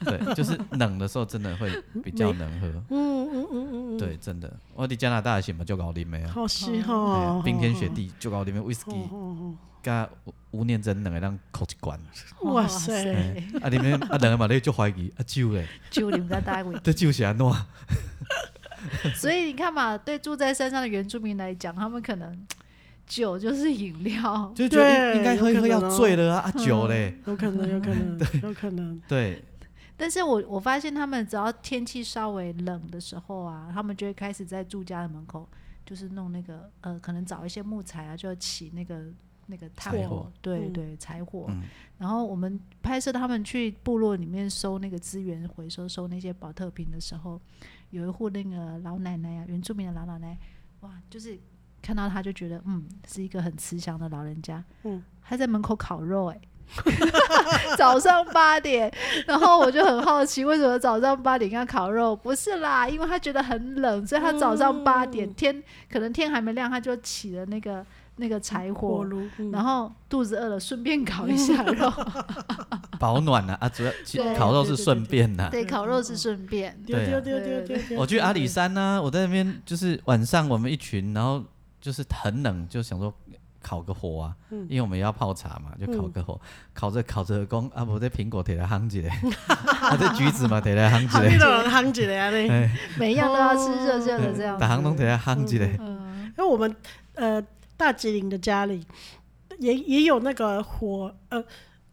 对，就是冷的时候真的会比较能喝，嗯嗯嗯嗯嗯，对，真的。我伫加拿大的时嘛就搞啉的啊，好是哎哦呀，冰天雪地就搞啉的哦 whisky，哦加无念真冷的让口一 *laughs* 罐，哦，哇塞！哎啊里面啊冷的嘛你就怀疑啊酒嘞，，酒你们在单位这酒是安怎？所以你看嘛，对住在山上的原住民来讲，他们可能酒就是饮料，就觉得对应应该喝一喝有要可能哦醉了啊，啊酒嘞，有可能，有可 *laughs* 能，有可能。对，但是我我发现他们只要天气稍微冷的时候啊，他们就会开始在住家的门口，就是弄那个呃，可能找一些木材啊，就起那个那个炭柴火火，对嗯对，柴火。嗯然后我们拍摄他们去部落里面收那个资源回收，收那些保特瓶的时候，有一户那个老奶奶啊，原住民的老奶奶，哇，就是看到她就觉得嗯，是一个很慈祥的老人家，嗯，她在门口烤肉、欸， *laughs* 早上八点，然后我就很好奇，为什么早上八点要烤肉？不是啦，因为他觉得很冷，所以他早上八点、天可能天还没亮，他就起了那个那个柴火，火炉，嗯然后肚子饿了，顺便烤一下肉。保暖啊，啊主要其对烤肉对是对顺对便呐。 *laughs* 对，烤肉是顺便。丢对丢啊丢丢丢丢。我去阿里山呢、我在那边就是晚上我们一群，然后就是很冷，就想说烤个火啊，嗯因为我们要泡茶嘛，就烤个火，烤着烤着讲啊，我这苹果提来夯起来， *laughs* 啊这橘子嘛提来夯 *laughs* 好，起你来，老人夯起来啊嘞！哎，每一样都要吃热热的这样子。大行拢提来夯起来，哦嗯，因为我们呃大吉岭的家里也也有那个火，呃，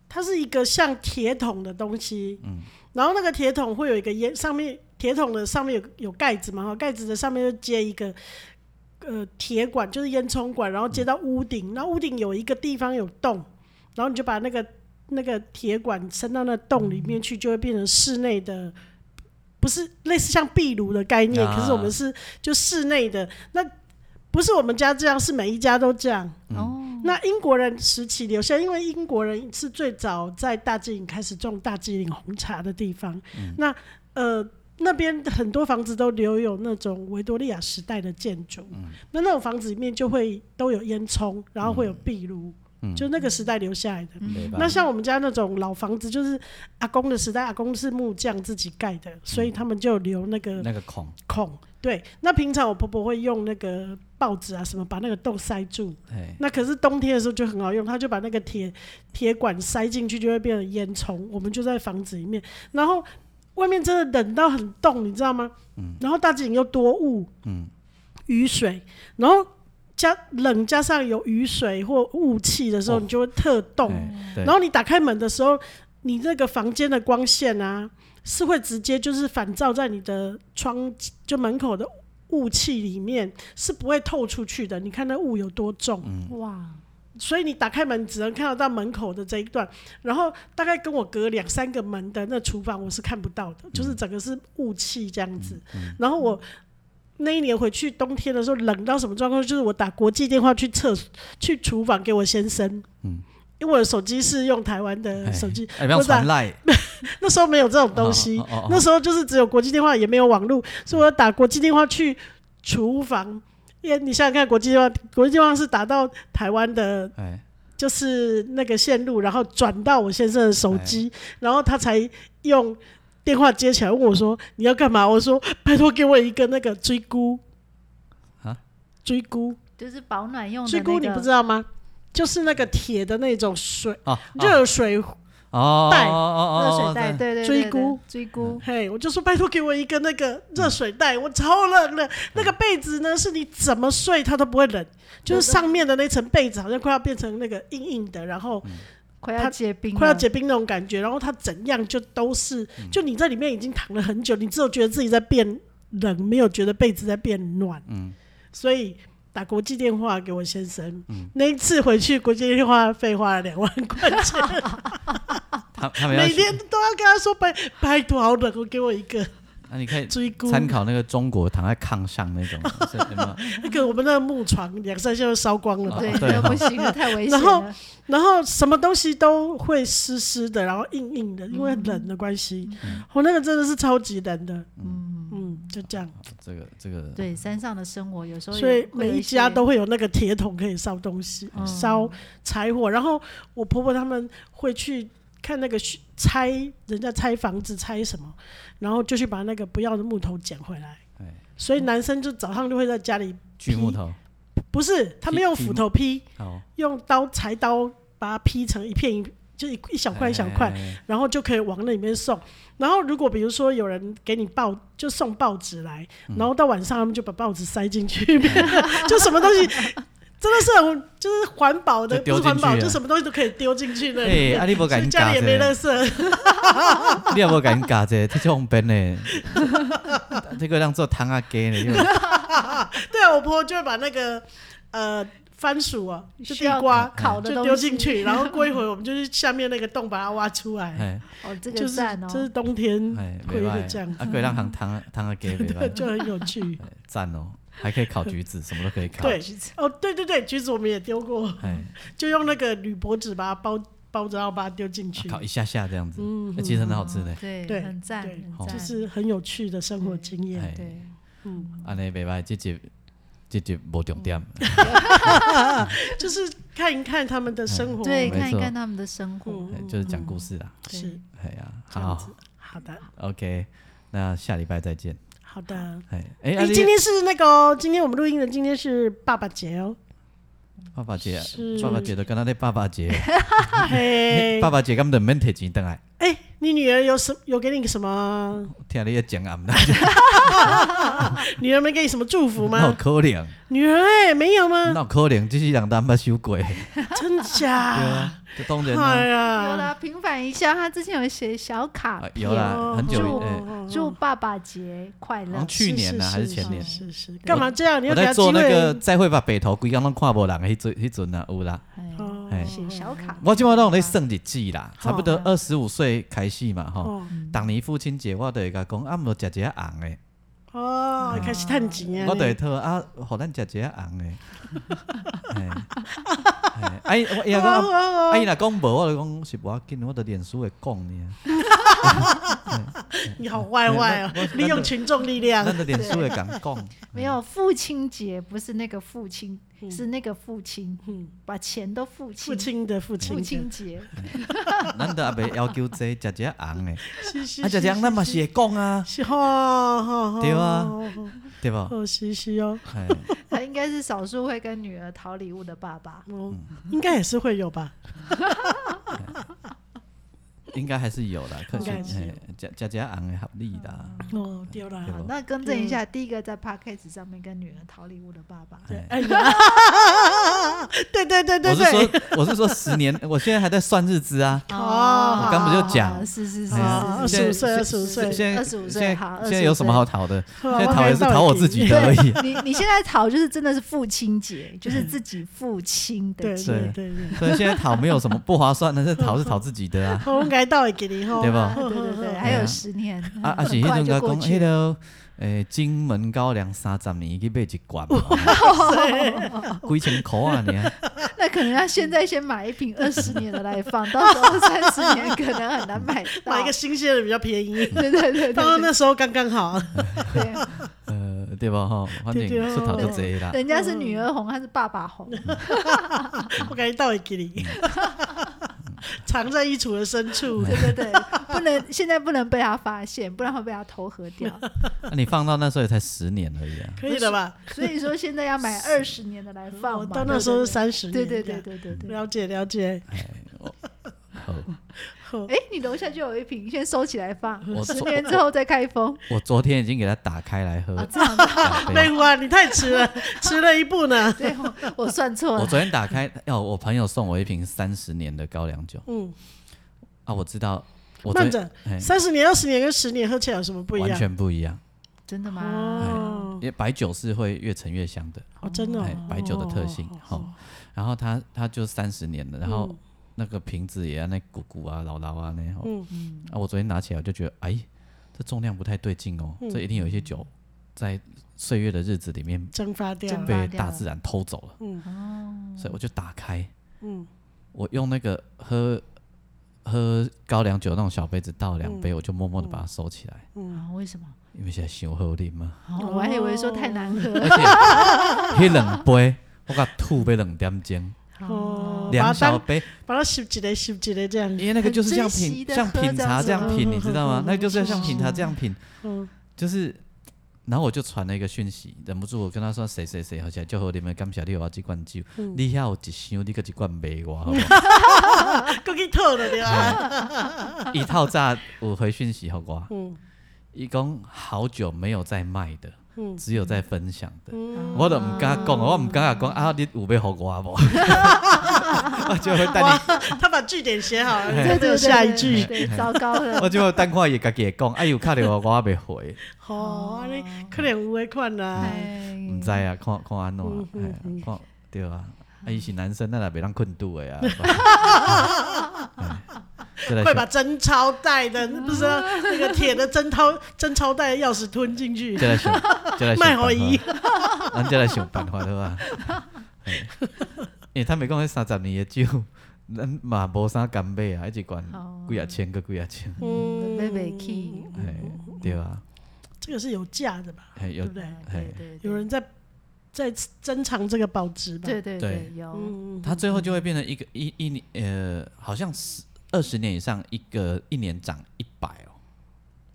它是一个像铁桶的东西，嗯，然后那个铁桶会有一个烟，上面铁桶的上面有有盖子嘛，哈，哦盖子的上面就接一个。呃，铁管就是烟囱管，然后接到屋顶，然后屋顶有一个地方有洞，然后你就把那个那个铁管伸到那洞里面去，就会变成室内的，不是类似像壁炉的概念，啊可是我们是就室内的。那不是我们家这样，是每一家都这样。哦，那英国人时期留下，因为英国人是最早在大吉岭开始种大吉岭红茶的地方。那呃，那边很多房子都留有那种维多利亚时代的建筑，那那种房子里面就会都有烟囱，然后会有壁炉，嗯就那个时代留下来的。对吧那像我们家那种老房子，就是阿公的时代，阿公是木匠自己盖的，所以他们就留那个那个孔，孔。对，那平常我婆婆会用那个报纸啊什么把那个洞塞住，对，那可是冬天的时候就很好用，它就把那个铁铁管塞进去，就会变成烟囱。我们就在房子里面，然后外面真的冷到很冻，你知道吗？然后大自然又多雾，嗯雨水，然后加冷加上有雨水或雾气的时候，哦你就会特冻。哎对，然后你打开门的时候，你那个房间的光线啊，是会直接就是反照在你的窗就门口的雾气里面，是不会透出去的。你看那雾有多重。哇，所以你打开门只能看得到门口的这一段，然后大概跟我隔两三个门的那厨房我是看不到的，就是整个是雾气这样子。嗯然后我那一年回去冬天的时候冷到什么状况，就是我打国际电话去厕所去厨房给我先生，嗯因为我的手机是用台湾的手机，哎，不要我打传赖那时候没有这种东西，哎哦哦哦哦那时候就是只有国际电话，也没有网络，所以我打国际电话去厨房。因为你想想看，国际电话，国际电话是打到台湾的哎，就是那个线路，然后转到我先生的手机，然后他才用电话接起来问我说：“你要干嘛？”我说：“拜托给我一个那个追菇啊，追菇，就是保暖用的、追那哦个。菇，你不知道吗？就是那个铁的那种水哦，热水哦，袋哦哦热哦水哦袋，对对对对追嗯对菇追菇，嘿，我就说拜托给我一个那个热水袋，我超冷了。那个被子呢，是你怎么睡它都不会冷，就是上面的那层被子好像快要变成那个硬硬的，然后快要它结啊冰，快要结，冰那种感觉，然后它怎样就都是，嗯就你在里面已经躺了很久，你只有觉得自己在变冷，没有觉得被子在变暖。嗯所以打国际电话给我先生，嗯那一次回去国际电话费花了两万块钱， *laughs* 他他们要每去，天都要跟他说拜拜托，好冷，我给我一个那你可以追菇。参考那个中国躺在炕上那种，是有没有那个我们那个木床两三下就烧光了吧。对，哦对那 *laughs* 不行了，太危险然后了。然后什么东西都会湿湿的，然后硬硬的，因为嗯冷的关系。我、那个真的是超级冷的，嗯，嗯，就这样。这个这个对，山上的生活有时候所以也会有每一些家都会有那个铁桶可以烧东西，嗯烧柴火。然后我婆婆他们会去看那个需拆人家拆房子拆什么，然后就去把那个不要的木头捡回来哎。所以男生就早上就会在家里，锯木头，不是他们用劈斧头劈，好，用刀柴刀把它劈成一片一就一一小块一小块，哎，哎哎然后就可以往那里面送。然后如果比如说有人给你报，就送报纸来，嗯然后到晚上他们就把报纸塞进 *laughs* 去，就什么东西真的是很就是环保的，就不丢是进去环保，了就什么东西都可以丢进去那里哎面。啊你所不以敢家里也夹没着垃圾，你有无甲因教者？这种病呢，这个让做汤啊鸡呢，因为对啊，我婆婆就会把那个呃番薯啊，就需地要瓜烤的就东丢西进去，然后过一会儿我们就去下面那个洞把它挖出来，哎 *laughs* 哦，这就个是赞这是哦，冬天哎，会袂会这样歹，啊，可以让行汤啊汤啊鸡袂对，歹，就很有趣。哎赞哦，还可以烤橘子，什么都可以烤，对，哦，对对对，橘子我们也丢过，哎，就用那个铝箔纸把它包包着，然后把它丢进去，烤一下下这样子，嗯哎其实很好吃呢，对对很赞，对很好赞，就是很有趣的生活经验。哎，对，嗯，安尼袂歹，这集这集无重点，就是看一看他们的生活。对，没看一错看他们的生活，嗯哎就是讲故事啦，对是哎呀，这样子好。好的， ，OK，那下礼拜再见，好的。哎哎，啊哎，你今天是那个哦，今天我们录音的今天是爸爸节哦。爸爸节啊是，爸爸节都跟咱咧爸爸节，嘿，哎爸爸节根本免摕钱等来。哎，你女儿有什有给你什么？听你的讲啊，女儿没给你什么祝福那有吗？可能，女儿哎，没有吗？那有可能，这些人咱捌收过。对真假？ *laughs* 啊，这当然哎啦，有呀，啦，平反一下，他之前有写小卡啊，有啦，哦很祝久，哎，祝爸爸节快好乐像，去年啊呢还是前年，是是，干嘛这样？你要我给他在机做那个会。再会吧北投，规工拢看无人迄阵迄阵啊，有啦。哎哦哎写小卡，我即满拢咧算日子啦，好啊差不多二十五岁开始嘛吼。哦当年父亲节我都会甲讲，啊，无食一下红诶，哦，开始趁钱啊！我都会讨啊，互咱食一下红诶。哎哎，啊伊我伊若讲，哦哦啊哦 *laughs* 伊若讲无，我就讲是无要紧，我伫脸书会讲呢。你好坏坏哦，利用群众力量。咱的脸书也敢讲， *laughs* 没有父亲节，不是那个父亲，嗯是那个父亲，嗯，把钱都付父清。亲的父亲父的，亲节，咱都也袂要求这食只红诶，是是啊，食是只红是咱嘛是会讲啊，是哈，哈哈对啊对吧？哦，是是哦，哎， *laughs* 他应该是少数会跟女儿讨礼物的爸爸。哦，应该也是会有吧。应该还是有的，可应是该是有嘿加加加昂的合理的，哦，丢啦。好，啊那更正一下，第一个在 podcast 上面跟女儿讨礼物的爸爸，对，哎呀， *laughs* 对对对对我对，是说我是说十年， *laughs* 我现在还在算日子啊，哦我刚不就讲是是是啊是二是， *laughs* 十五岁，二现十五岁，25岁现现在现在好现在有什25么岁好讨的？呵现在讨也是讨我自己的而 *laughs* 已，你你现在讨就是真的是父亲节，就是自己父亲对的节，对对对，所以现在讨没有什么不划算的，是讨是讨自己 *laughs* 的啊。哦我应该到会给你哦吼，对吧啊对对 *laughs* 对，还有十年， *laughs* 啊啊是很迄快阵就甲过讲去迄了。个诶金门高粱三十年去买一 *laughs* 罐，几千箍啊你啊，那可能要现在先买一 *laughs* 瓶二十年的来放，到时候三十年可能很难买 *laughs* 到。买一个新鲜的比较便宜，对对对对刚刚对那时候刚刚 *laughs* 好，对，呃对吧吼，反对正对哦出头就这啦。人家是女儿红，她是爸爸红，嗯我感觉到会给你，嗯 *laughs* 藏在衣橱的深处。对对对，不能现在不能被他发现，不然会被他投河 *laughs* 掉。那啊你放到那时候也才十年而已啊，可以了吧？所以说现在要买二十年的来放我嘛，哦到那时候是对三十年，对对对对对这对样，。了解了解。哎好呵哎，你楼下就有一瓶，先收起来嗯放，我十昨年之后再开封。我昨天已经给它打开来喝啊，，*laughs* 这样子，两杯没有啊，你太迟 *laughs* 了，迟了一步呢。对，我我算错我了。昨天打开，要我朋友送我一瓶三十年的高粱酒嗯，啊，我知道，我昨慢天着，嘿三十年、二十年跟十年喝起来有什么不一完样？全不一样，真的吗？哦因，为白酒是会越陈越香的，哦，真的哦哎，白酒的特性哦好然后它它就三十年了，然后那个瓶子也要那鼓鼓啊、老老啊那样。嗯啊，我昨天拿起来我就觉得，哎，这重量不太对劲嗯哦，这一定有一些酒在岁月的日子里面蒸发掉蒸了，发被掉大了自然偷走了，嗯所以我就打开，嗯，我用那个喝喝高粱酒那种小杯子倒嗯两杯，我就默默的把它收起来，啊，为什么？因为现在想喝啉嘛， *laughs* 哦我还以为说太难喝而。且迄两杯我甲吐杯两点钟，嗯哦，把两它小当杯。把它洗起来，洗起来这 *laughs* 样。因为那个就是像很珍惜品地像喝品茶这这样子嗯样品，你知道吗？那个就是要像是品茶这样品，嗯，就是。然后我就传了一个讯息，忍不住我跟他说：“谁谁谁，好像就和你们感谢你有我这罐酒，嗯你遐有一箱，你搁一罐卖我，好不好够去透了对哎吧？？” *laughs* 一套炸我回讯息给我，嗯一共好久没有在卖的，嗯只有在分享的，嗯，我都唔敢讲，我唔敢讲啊，你有要给我 *laughs* 无？我就会等哇你，，他把据点写好哎了，对还有对，下一对句。对对糟糕了我。就会等看伊家己会讲，啊，有打电话我袂回，哦，你可能有诶款啦。哎唔知嗯啊，看看安怎啊，哎呀看对啊，啊伊是男生，咱也袂当困 *laughs* 住的啊。哎再来快想把真钞袋的，嗯不是啊那个铁的真钞真钞袋的钥匙吞进去，再 *laughs* 来想，再来想卖办法好伊。咱再来想办法好啊。 *laughs* 哎因为他们讲迄三十年的酒， *laughs* 咱嘛无啥敢买啊，一罐哦几啊千个几啊千，嗯买袂起哎，对啊，这个是有价的吧？哎对有不对？对对对有人在在珍藏这个保值吧？对对对对有嗯，嗯，它最后就会变成一个一一年呃，好像十二十年以上一个一年涨一百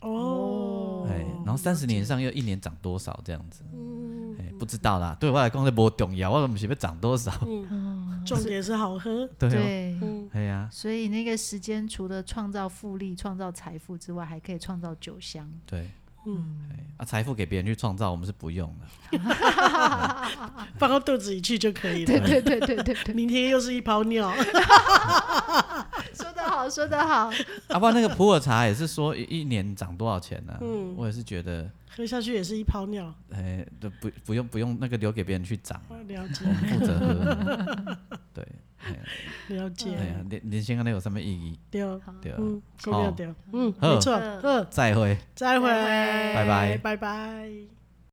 哦。哦，哎，然后三十年以上又一年涨多少这样子？嗯哎，不知道啦，对我来讲这不重要，我都不是要涨多少。嗯，重点是好喝，对啊，对。嗯，哎呀，所以那个时间除了创造复利、创造财富之外，还可以创造酒香。对，嗯嗯，啊，财富给别人去创造，我们是不用的。放到肚子里去就可以对了。对对对对对，明天又是一泡尿， *laughs* 说得好，说得好。啊，不然那个普洱茶也是说一一年涨多少钱呢？嗯我也是觉得，喝下去也是一泡尿，哎，都不不用不用那个留给别人去涨，我了解我们负责喝。 *laughs* 对，了哎呀解，，年年轻人有什么意义？对，哦对啊，嗯，够了对，嗯，好没错，嗯，再会。再会，拜拜拜拜。